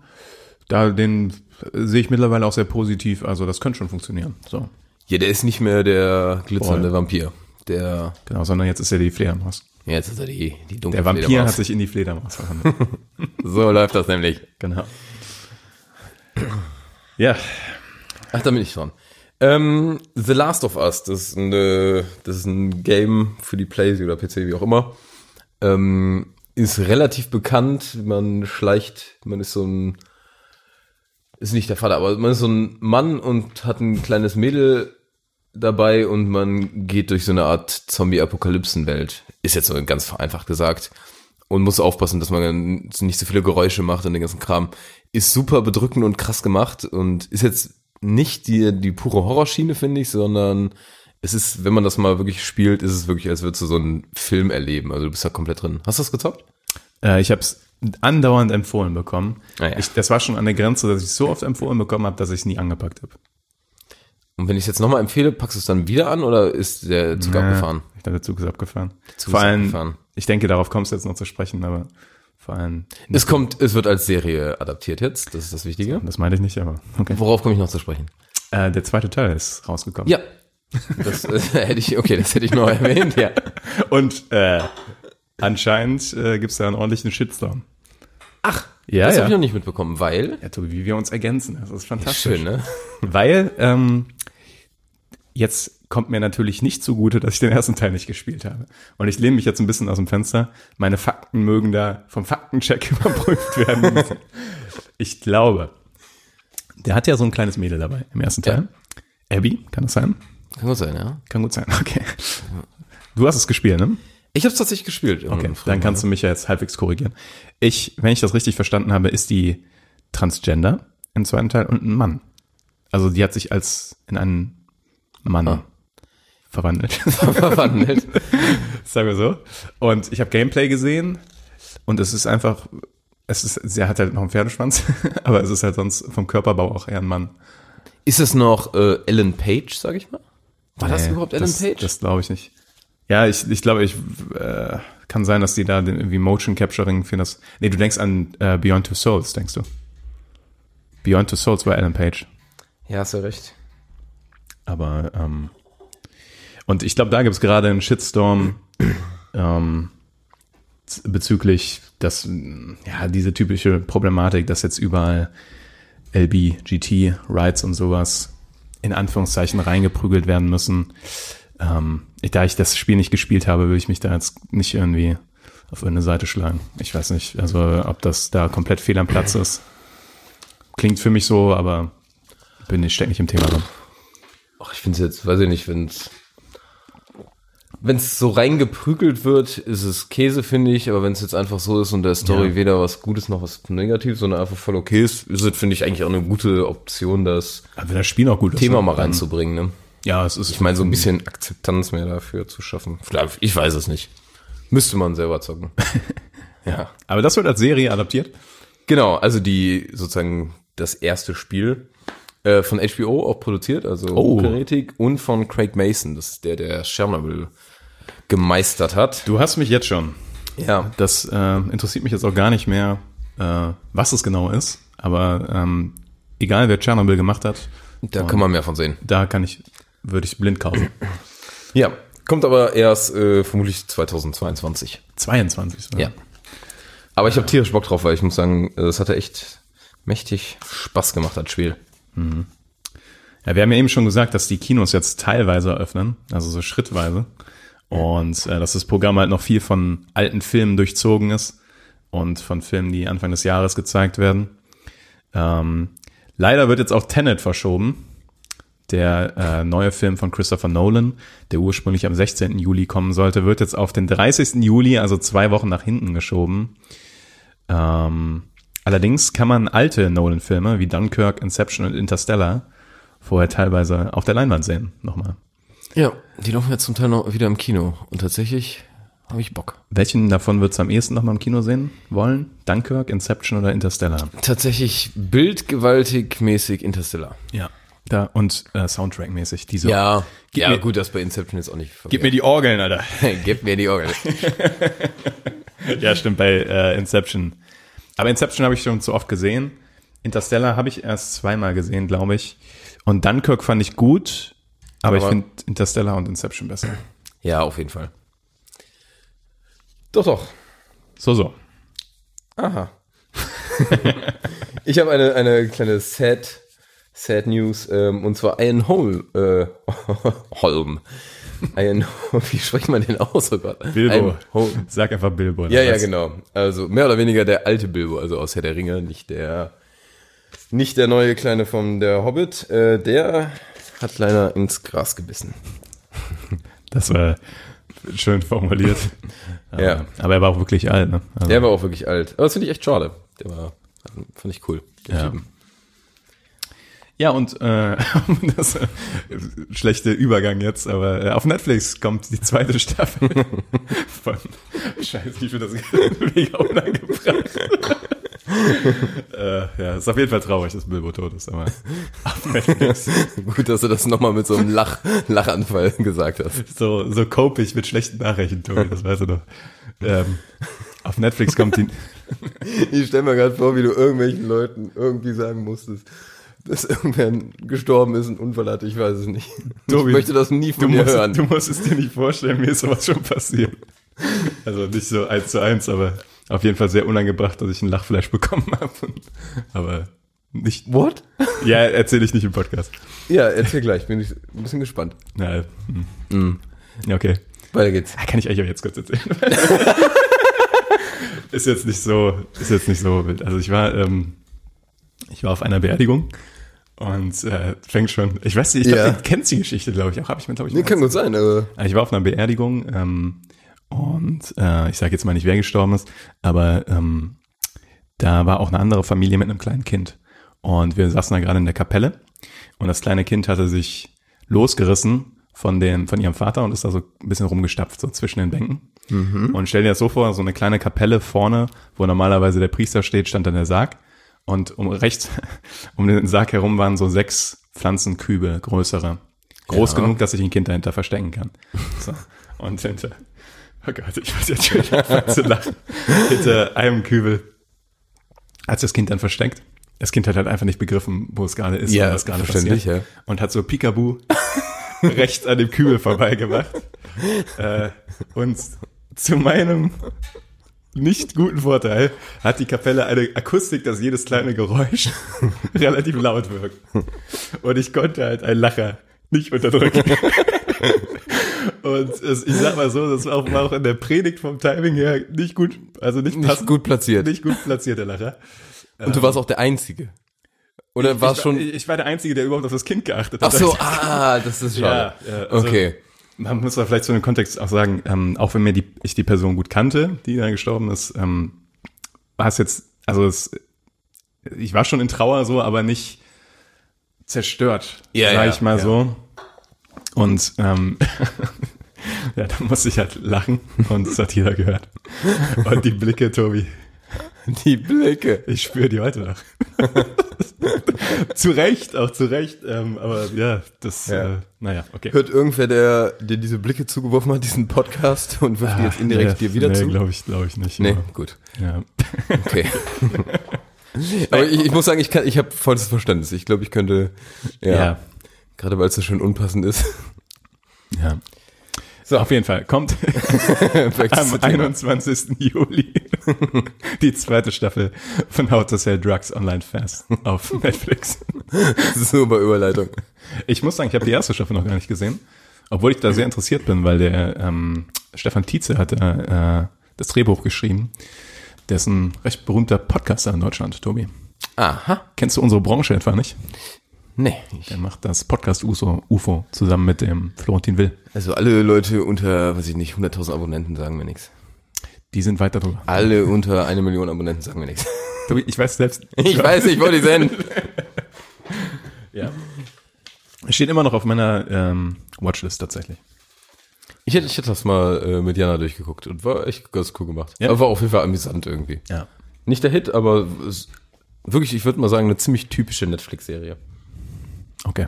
[SPEAKER 1] da den äh, sehe ich mittlerweile auch sehr positiv. Also das könnte schon funktionieren. So,
[SPEAKER 5] Ja, der ist nicht mehr der glitzernde
[SPEAKER 1] Voll.
[SPEAKER 5] Vampir. Der,
[SPEAKER 1] genau, sondern jetzt ist ja die Fledermaus.
[SPEAKER 5] ja, jetzt ist er die, die dunkle
[SPEAKER 1] Der Vampir
[SPEAKER 5] Fledermaus.
[SPEAKER 1] hat sich in die Fledermaus verwandelt.
[SPEAKER 5] So läuft das nämlich.
[SPEAKER 1] genau. Ja,
[SPEAKER 5] Ach, da bin ich dran. Ähm, The Last of Us, das ist, eine, das ist ein Game für die Playsee oder PC, wie auch immer. Ähm, ist relativ bekannt. Man schleicht, man ist so ein. Ist nicht der Vater, aber man ist so ein Mann und hat ein kleines Mädel dabei und man geht durch so eine Art Zombie-Apokalypsen-Welt. Ist jetzt so ganz vereinfacht gesagt. Und muss aufpassen, dass man nicht so viele Geräusche macht und den ganzen Kram. Ist super bedrückend und krass gemacht und ist jetzt nicht die, die pure Horrorschiene, finde ich, sondern es ist, wenn man das mal wirklich spielt, ist es wirklich, als würdest du so einen Film erleben. Also du bist da komplett drin. Hast du das gezockt?
[SPEAKER 1] Äh, ich habe es andauernd empfohlen bekommen.
[SPEAKER 5] Ah ja.
[SPEAKER 1] ich, das war schon an der Grenze, dass ich es so oft empfohlen bekommen habe, dass ich es nie angepackt habe.
[SPEAKER 5] Und wenn ich es jetzt nochmal empfehle, packst du es dann wieder an oder ist der Zug abgefahren?
[SPEAKER 1] Ich dachte, der Zug ist abgefahren.
[SPEAKER 5] Zug
[SPEAKER 1] vor
[SPEAKER 5] ist
[SPEAKER 1] allem,
[SPEAKER 5] abgefahren.
[SPEAKER 1] ich denke, darauf kommst du jetzt noch zu sprechen, aber vor allem,
[SPEAKER 5] Es kommt, es wird als Serie adaptiert jetzt, das ist das Wichtige.
[SPEAKER 1] das meinte ich nicht, aber okay.
[SPEAKER 5] Worauf komme ich noch zu sprechen?
[SPEAKER 1] Äh, der zweite Teil ist rausgekommen.
[SPEAKER 5] Ja. Das äh, hätte ich, okay, das hätte ich noch erwähnt, ja.
[SPEAKER 1] Und äh, anscheinend äh, gibt es da einen ordentlichen Shitstorm. Ach, ja,
[SPEAKER 5] Das
[SPEAKER 1] ja.
[SPEAKER 5] habe ich noch nicht mitbekommen, weil.
[SPEAKER 1] ja, Tobi, wie wir uns ergänzen, das ist fantastisch.
[SPEAKER 5] Schön, ne?
[SPEAKER 1] Weil ähm, jetzt kommt mir natürlich nicht zugute, dass ich den ersten Teil nicht gespielt habe. Und ich lehne mich jetzt ein bisschen aus dem Fenster. Meine Fakten mögen da vom Faktencheck überprüft werden. müssen. ich glaube, der hat ja so ein kleines Mädel dabei im ersten Teil. Abby, kann das sein?
[SPEAKER 5] Kann gut sein, ja.
[SPEAKER 1] Kann gut sein, okay. Du hast es gespielt, ne?
[SPEAKER 5] Ich habe es tatsächlich gespielt.
[SPEAKER 1] Okay, dann kannst du mich ja jetzt halbwegs korrigieren. Ich, wenn ich das richtig verstanden habe, ist die Transgender im zweiten Teil und ein Mann. Also die hat sich als in einen Mann
[SPEAKER 5] Ah.
[SPEAKER 1] verwandelt.
[SPEAKER 5] verwandelt.
[SPEAKER 1] Sagen wir so. Und ich habe Gameplay gesehen und es ist einfach, es ist, sie hat halt noch einen Pferdeschwanz, aber es ist halt sonst vom Körperbau auch eher ein Mann.
[SPEAKER 5] Ist es noch äh, Ellen Page, sag ich mal? War das
[SPEAKER 1] Nee,
[SPEAKER 5] überhaupt Ellen
[SPEAKER 1] das,
[SPEAKER 5] Page?
[SPEAKER 1] Das glaube ich nicht. Ja, ich, ich glaube, ich äh, kann sein, dass die da den, irgendwie Motion Capturing für das. Nee, du denkst an äh, Beyond Two Souls, denkst du? Beyond Two Souls war Alan Page.
[SPEAKER 5] ja, hast du recht.
[SPEAKER 1] Aber ähm, und ich glaube, da gibt es gerade einen Shitstorm ähm, z- bezüglich das, mh, ja, diese typische Problematik, dass jetzt überall LBGT Rights und sowas in Anführungszeichen reingeprügelt werden müssen. Ähm, ich- da ich das Spiel nicht gespielt habe, will ich mich da jetzt nicht irgendwie auf irgendeine Seite schlagen. Ich weiß nicht, also ob das da komplett fehl am Platz ist. Klingt für mich so, aber bin ich steck nicht im Thema drin.
[SPEAKER 5] Ach, ich finde es jetzt, weiß ich nicht, wenn es wenn es so reingeprügelt wird, ist es Käse, finde ich. Aber wenn es jetzt einfach so ist und der Story
[SPEAKER 1] Ja.
[SPEAKER 5] weder was Gutes noch was Negatives, sondern einfach voll okay ist, ist es, finde ich, eigentlich auch eine gute Option, das
[SPEAKER 1] Aber wenn das Spiel noch gut ist.
[SPEAKER 5] Thema
[SPEAKER 1] dann-
[SPEAKER 5] mal reinzubringen. Ne?
[SPEAKER 1] Ja, es ist.
[SPEAKER 5] Ich meine, so ein bisschen Akzeptanz mehr dafür zu schaffen. Vielleicht, ich weiß es nicht. Müsste man selber zocken. ja.
[SPEAKER 1] Aber das wird als Serie adaptiert.
[SPEAKER 5] Genau, also die sozusagen das erste Spiel äh, von HBO auch produziert, also
[SPEAKER 1] Oh.
[SPEAKER 5] Hochkarätig und von Craig Mason, das ist der, der Chernobyl gemeistert hat.
[SPEAKER 1] Du hast mich jetzt schon.
[SPEAKER 5] Ja,
[SPEAKER 1] Das äh, interessiert mich jetzt auch gar nicht mehr, äh, was es genau ist. Aber ähm, egal, wer Tschernobyl gemacht hat,
[SPEAKER 5] da kann man mehr von sehen.
[SPEAKER 1] da kann ich, würde ich blind kaufen.
[SPEAKER 5] Ja, kommt aber erst äh, vermutlich 2022.
[SPEAKER 1] 22. sogar.
[SPEAKER 5] Ja. Aber ich habe tierisch Bock drauf, weil ich muss sagen, äh, es hatte echt mächtig Spaß gemacht, das Spiel.
[SPEAKER 1] ja. Wir haben ja eben schon gesagt, dass die Kinos jetzt teilweise eröffnen, also so schrittweise. Und äh, dass das Programm halt noch viel von alten Filmen durchzogen ist und von Filmen, die Anfang des Jahres gezeigt werden. Ähm, leider wird jetzt auch Tenet verschoben. Der äh, neue Film von Christopher Nolan, der ursprünglich am 16. Juli kommen sollte, wird jetzt auf den 30. Juli, also zwei Wochen nach hinten geschoben. Ähm, allerdings kann man alte Nolan-Filme wie Dunkirk, Inception und Interstellar vorher teilweise auf der Leinwand sehen. Nochmal.
[SPEAKER 5] Ja, die laufen jetzt zum Teil noch wieder im Kino und tatsächlich habe ich Bock.
[SPEAKER 1] Welchen davon würdest du am ehesten nochmal im Kino sehen wollen? Dunkirk, Inception oder Interstellar?
[SPEAKER 5] Tatsächlich bildgewaltig mäßig Interstellar.
[SPEAKER 1] Ja. Da, und äh, Soundtrack-mäßig. Diese
[SPEAKER 5] Ja,
[SPEAKER 1] Gib
[SPEAKER 5] ja
[SPEAKER 1] mir-
[SPEAKER 5] gut, das bei Inception jetzt auch nicht.
[SPEAKER 1] Gib mir die Orgeln, Alter.
[SPEAKER 5] Gib mir die Orgel.
[SPEAKER 1] Ja, stimmt, bei äh, Inception. Aber Inception habe ich schon zu oft gesehen. Interstellar habe ich erst zweimal gesehen, glaube ich. Und Dunkirk fand ich gut, aber, ich
[SPEAKER 5] Aber-
[SPEAKER 1] finde Interstellar und Inception besser.
[SPEAKER 5] Ja, auf jeden Fall. Doch, doch.
[SPEAKER 1] So, so.
[SPEAKER 5] Aha. ich habe eine, eine kleine Sad, Sad News, ähm, und zwar Ian Holm. Äh, Holm. Ian, wie spricht man den aus? Oh Gott.
[SPEAKER 1] Bilbo.
[SPEAKER 5] Ian Holm.
[SPEAKER 1] Sag einfach Bilbo.
[SPEAKER 5] Ja, ja,
[SPEAKER 1] Was?
[SPEAKER 5] genau. Also mehr oder weniger der alte Bilbo, also aus Herr der Ringe, nicht der, nicht der neue Kleine von der Hobbit. Äh, der hat leider ins Gras gebissen.
[SPEAKER 1] Das war schön formuliert.
[SPEAKER 5] Ja.
[SPEAKER 1] Aber er war auch wirklich alt, ne? Also,
[SPEAKER 5] Der war auch wirklich alt. Aber das finde ich echt schade. Der war, fand ich cool. Den
[SPEAKER 1] Ja.
[SPEAKER 5] Typen.
[SPEAKER 1] ja, und äh, das äh, schlechte Übergang jetzt, aber äh, auf Netflix kommt die zweite Staffel von Scheiße, ich finde das mega unangebracht. äh, ja, ist auf jeden Fall traurig, dass Bilbo tot ist, aber auf Netflix.
[SPEAKER 5] Gut, dass du das nochmal mit so einem Lach, Lachanfall gesagt hast.
[SPEAKER 1] so, so cope ich mit schlechten Nachrichten, Tobi, das weißt du doch. Ähm, auf Netflix kommt die.
[SPEAKER 5] Ich stelle mir gerade vor, wie du irgendwelchen Leuten irgendwie sagen musstest, dass irgendwer gestorben ist, einen Unfall hatte, ich weiß es nicht.
[SPEAKER 1] Tobi,
[SPEAKER 5] ich möchte das nie
[SPEAKER 1] Du
[SPEAKER 5] von dir
[SPEAKER 1] musst,
[SPEAKER 5] hören.
[SPEAKER 1] du musst es dir nicht vorstellen, mir ist sowas schon passiert. Also nicht so eins zu eins, aber auf jeden Fall sehr unangebracht, dass ich ein Lachfleisch bekommen habe. Aber nicht.
[SPEAKER 5] What?
[SPEAKER 1] Ja, erzähle ich nicht im Podcast.
[SPEAKER 5] Ja, erzähl gleich, bin ich ein bisschen gespannt.
[SPEAKER 1] Na, hm. Ja, okay.
[SPEAKER 5] Weiter geht's.
[SPEAKER 1] Ah, Kann ich euch auch jetzt kurz erzählen. ist jetzt nicht so, ist jetzt nicht so wild. Also ich war, ähm, ich war auf einer Beerdigung und äh, fängt schon. Ich weiß nicht, ich
[SPEAKER 5] Ja.
[SPEAKER 1] glaube, ihr kennt die Geschichte, glaube ich. Auch habe ich mir, glaube ich,
[SPEAKER 5] Nee,
[SPEAKER 1] mal
[SPEAKER 5] kann gut sein, aber
[SPEAKER 1] Also Ich war auf einer Beerdigung ähm, und äh, ich sage jetzt mal nicht, wer gestorben ist, aber ähm, da war auch eine andere Familie mit einem kleinen Kind. Und wir saßen da gerade in der Kapelle und das kleine Kind hatte sich losgerissen von, dem, von ihrem Vater und ist da so ein bisschen rumgestapft, so zwischen den Bänken. Und stell dir das so vor, so eine kleine Kapelle vorne, wo normalerweise der Priester steht, stand dann der Sarg. Und um rechts, um den Sarg herum waren so sechs Pflanzenkübe, größere. Groß genug, dass ich ein Kind dahinter verstecken kann. So. Und hinter, oh Gott, ich muss jetzt schon wieder anfangen zu lachen. Hinter einem Kübel hat sich das Kind dann versteckt. Das Kind hat halt einfach nicht begriffen, wo es gerade ist
[SPEAKER 5] Ja,
[SPEAKER 1] was gerade
[SPEAKER 5] verständlich,
[SPEAKER 1] passiert. Und hat so Peekaboo rechts an dem Kübel vorbeigemacht. äh, und zu meinem nicht guten Vorteil hat die Kapelle eine Akustik, dass jedes kleine Geräusch relativ laut wirkt. Und ich konnte halt ein Lacher nicht unterdrücken. Und es, ich sag mal so, das war auch, war auch in der Predigt vom Timing her nicht gut, also nicht,
[SPEAKER 5] Nicht
[SPEAKER 1] passend,
[SPEAKER 5] gut platziert.
[SPEAKER 1] nicht gut platziert, der Lacher.
[SPEAKER 5] Und du warst auch der Einzige. Oder warst
[SPEAKER 1] ich, war-
[SPEAKER 5] schon.
[SPEAKER 1] ich, ich war der Einzige, der überhaupt auf das Kind geachtet
[SPEAKER 5] Ach
[SPEAKER 1] hat.
[SPEAKER 5] so, ah, das ist schade.
[SPEAKER 1] Ja, ja, also-
[SPEAKER 5] okay.
[SPEAKER 1] Man muss da vielleicht zu dem Kontext auch sagen, ähm, auch wenn mir die, ich die Person gut kannte, die da gestorben ist, ähm, war es jetzt, also es, ich war schon in Trauer so, aber nicht zerstört,
[SPEAKER 5] Ja,
[SPEAKER 1] sag
[SPEAKER 5] ja,
[SPEAKER 1] ich mal
[SPEAKER 5] ja.
[SPEAKER 1] so. Und ähm, ja, da musste ich halt lachen und das hat jeder gehört. Und die Blicke, Tobi,
[SPEAKER 5] Die Blicke.
[SPEAKER 1] ich spüre die heute noch. zu Recht, auch zu Recht, ähm, aber ja, das,
[SPEAKER 5] Ja.
[SPEAKER 1] Äh, naja, okay.
[SPEAKER 5] Hört irgendwer, der dir diese Blicke zugeworfen hat, diesen Podcast und wirft die jetzt indirekt dir wieder
[SPEAKER 1] nee,
[SPEAKER 5] zu?
[SPEAKER 1] glaube ich, glaube ich nicht.
[SPEAKER 5] Nee,
[SPEAKER 1] aber-
[SPEAKER 5] gut.
[SPEAKER 1] Ja.
[SPEAKER 5] Okay. Aber ich, ich muss sagen, ich, kann- ich habe volles Verständnis. Ich glaube, ich könnte. Ja.
[SPEAKER 1] Ja.
[SPEAKER 5] Gerade weil es so schön unpassend ist.
[SPEAKER 1] ja. So, auf jeden Fall. Kommt
[SPEAKER 5] Vielleicht
[SPEAKER 1] am 21. Juli die zweite Staffel von How to Sell Drugs Online Fast auf Netflix.
[SPEAKER 5] super Überleitung.
[SPEAKER 1] Ich muss sagen, ich habe die erste Staffel noch gar nicht gesehen, obwohl ich da sehr interessiert bin, weil der ähm, Stefan Tietze hat äh, äh, das Drehbuch geschrieben. Der ist ein recht berühmter Podcaster in Deutschland, Tobi.
[SPEAKER 5] Aha.
[SPEAKER 1] Kennst du unsere Branche etwa nicht?
[SPEAKER 5] Nee.
[SPEAKER 1] Der macht das Podcast USO, UFO zusammen mit dem Florentin Will.
[SPEAKER 5] Also alle Leute unter, weiß ich nicht, 100.000 Abonnenten sagen mir nichts.
[SPEAKER 1] Die sind weiter drüber.
[SPEAKER 5] Alle unter eine Million Abonnenten sagen mir nichts.
[SPEAKER 1] Tobi, ich weiß selbst.
[SPEAKER 5] Ich weiß nicht, wollte ich senden.
[SPEAKER 1] Ja. Steht immer noch auf meiner ähm, Watchlist tatsächlich.
[SPEAKER 5] Ich hätte, ich hätte das mal äh, mit Jana durchgeguckt und war echt ganz cool gemacht.
[SPEAKER 1] Ja.
[SPEAKER 5] Aber war auf jeden Fall amüsant irgendwie.
[SPEAKER 1] Ja.
[SPEAKER 5] Nicht der Hit, aber es, wirklich, ich würde mal sagen, eine ziemlich typische Netflix-Serie.
[SPEAKER 1] Okay.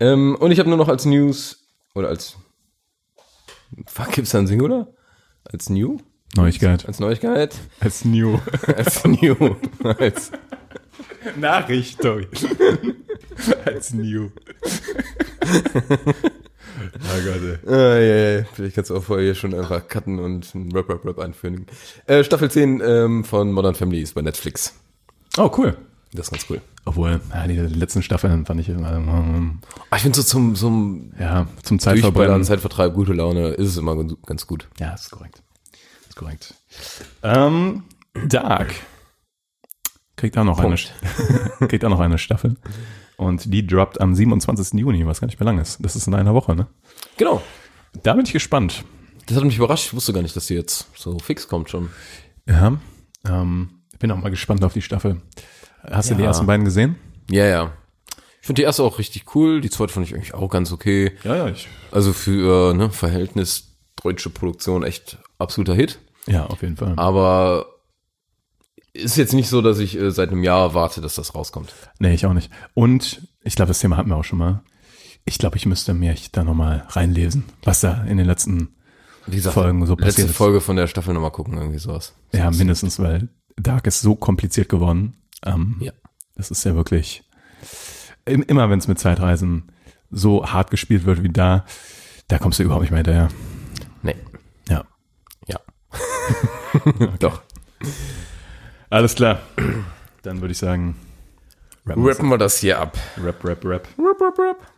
[SPEAKER 5] Ähm, und ich habe nur noch als News, oder als, fuck, gibt's da ein Singular? Als New?
[SPEAKER 1] Neuigkeit.
[SPEAKER 5] Als Neuigkeit?
[SPEAKER 1] Als New.
[SPEAKER 5] Als New. Als,
[SPEAKER 1] Nachricht, Tobi. Als New. oh Gott, ey.
[SPEAKER 5] äh, ja, ja, vielleicht kannst du auch vorher hier schon einfach cutten und ein Rap, Rap, Rap einführen. Äh, Staffel 10 ähm, von Modern Family ist bei Netflix.
[SPEAKER 1] Oh, cool.
[SPEAKER 5] Das ist ganz cool.
[SPEAKER 1] Obwohl, ja, die letzten Staffeln fand ich immer, ähm,
[SPEAKER 5] Ah, ich finde so zum, zum
[SPEAKER 1] ja, zum
[SPEAKER 5] Durchballern,
[SPEAKER 1] Zeitverbrennen.
[SPEAKER 5] Zeitvertreib, gute Laune, ist es immer ganz- ganz gut.
[SPEAKER 1] Ja, ist korrekt. Ist korrekt. Ähm, Dark. Kriegt auch noch
[SPEAKER 5] Punkt.
[SPEAKER 1] eine kriegt auch noch eine Staffel. Und die droppt am 27. Juni, was gar nicht mehr lang ist. Das ist in einer Woche, ne?
[SPEAKER 5] Genau.
[SPEAKER 1] Da bin ich gespannt.
[SPEAKER 5] Das hat mich überrascht. Ich wusste gar nicht, dass die jetzt so fix kommt schon.
[SPEAKER 1] Ja. Ähm, ich bin auch mal gespannt auf die Staffel. Hast du die
[SPEAKER 5] Ja.
[SPEAKER 1] ersten beiden gesehen?
[SPEAKER 5] Ja, ja. Ich finde die erste auch richtig cool. Die zweite fand ich eigentlich auch ganz okay.
[SPEAKER 1] Ja, ja, ich.
[SPEAKER 5] Also für äh, ne, Verhältnis deutsche Produktion echt absoluter Hit.
[SPEAKER 1] Ja, auf jeden Fall.
[SPEAKER 5] Aber ist jetzt nicht so, dass ich äh, seit einem Jahr warte, dass das rauskommt.
[SPEAKER 1] Nee, ich auch nicht. Und ich glaube, das Thema hatten wir auch schon mal. Ich glaube, ich müsste mir echt da nochmal reinlesen, was da in den letzten,
[SPEAKER 5] Wie gesagt,
[SPEAKER 1] Folgen so
[SPEAKER 5] letzte
[SPEAKER 1] passiert ist.
[SPEAKER 5] Folge von der Staffel nochmal gucken, irgendwie sowas.
[SPEAKER 1] ja, mindestens, weil Dark ist so kompliziert geworden. Ähm,
[SPEAKER 5] Ja.
[SPEAKER 1] Das ist ja wirklich, im- immer wenn es mit Zeitreisen so hart gespielt wird wie da, da kommst du überhaupt nicht mehr hinterher.
[SPEAKER 5] Nee.
[SPEAKER 1] Ja.
[SPEAKER 5] Ja. Doch.
[SPEAKER 1] Alles klar. Dann würde ich sagen, rappen wir's
[SPEAKER 5] Rappen wir das hier ab.
[SPEAKER 1] Rap, rap, rap.
[SPEAKER 5] Rap, rap, rap.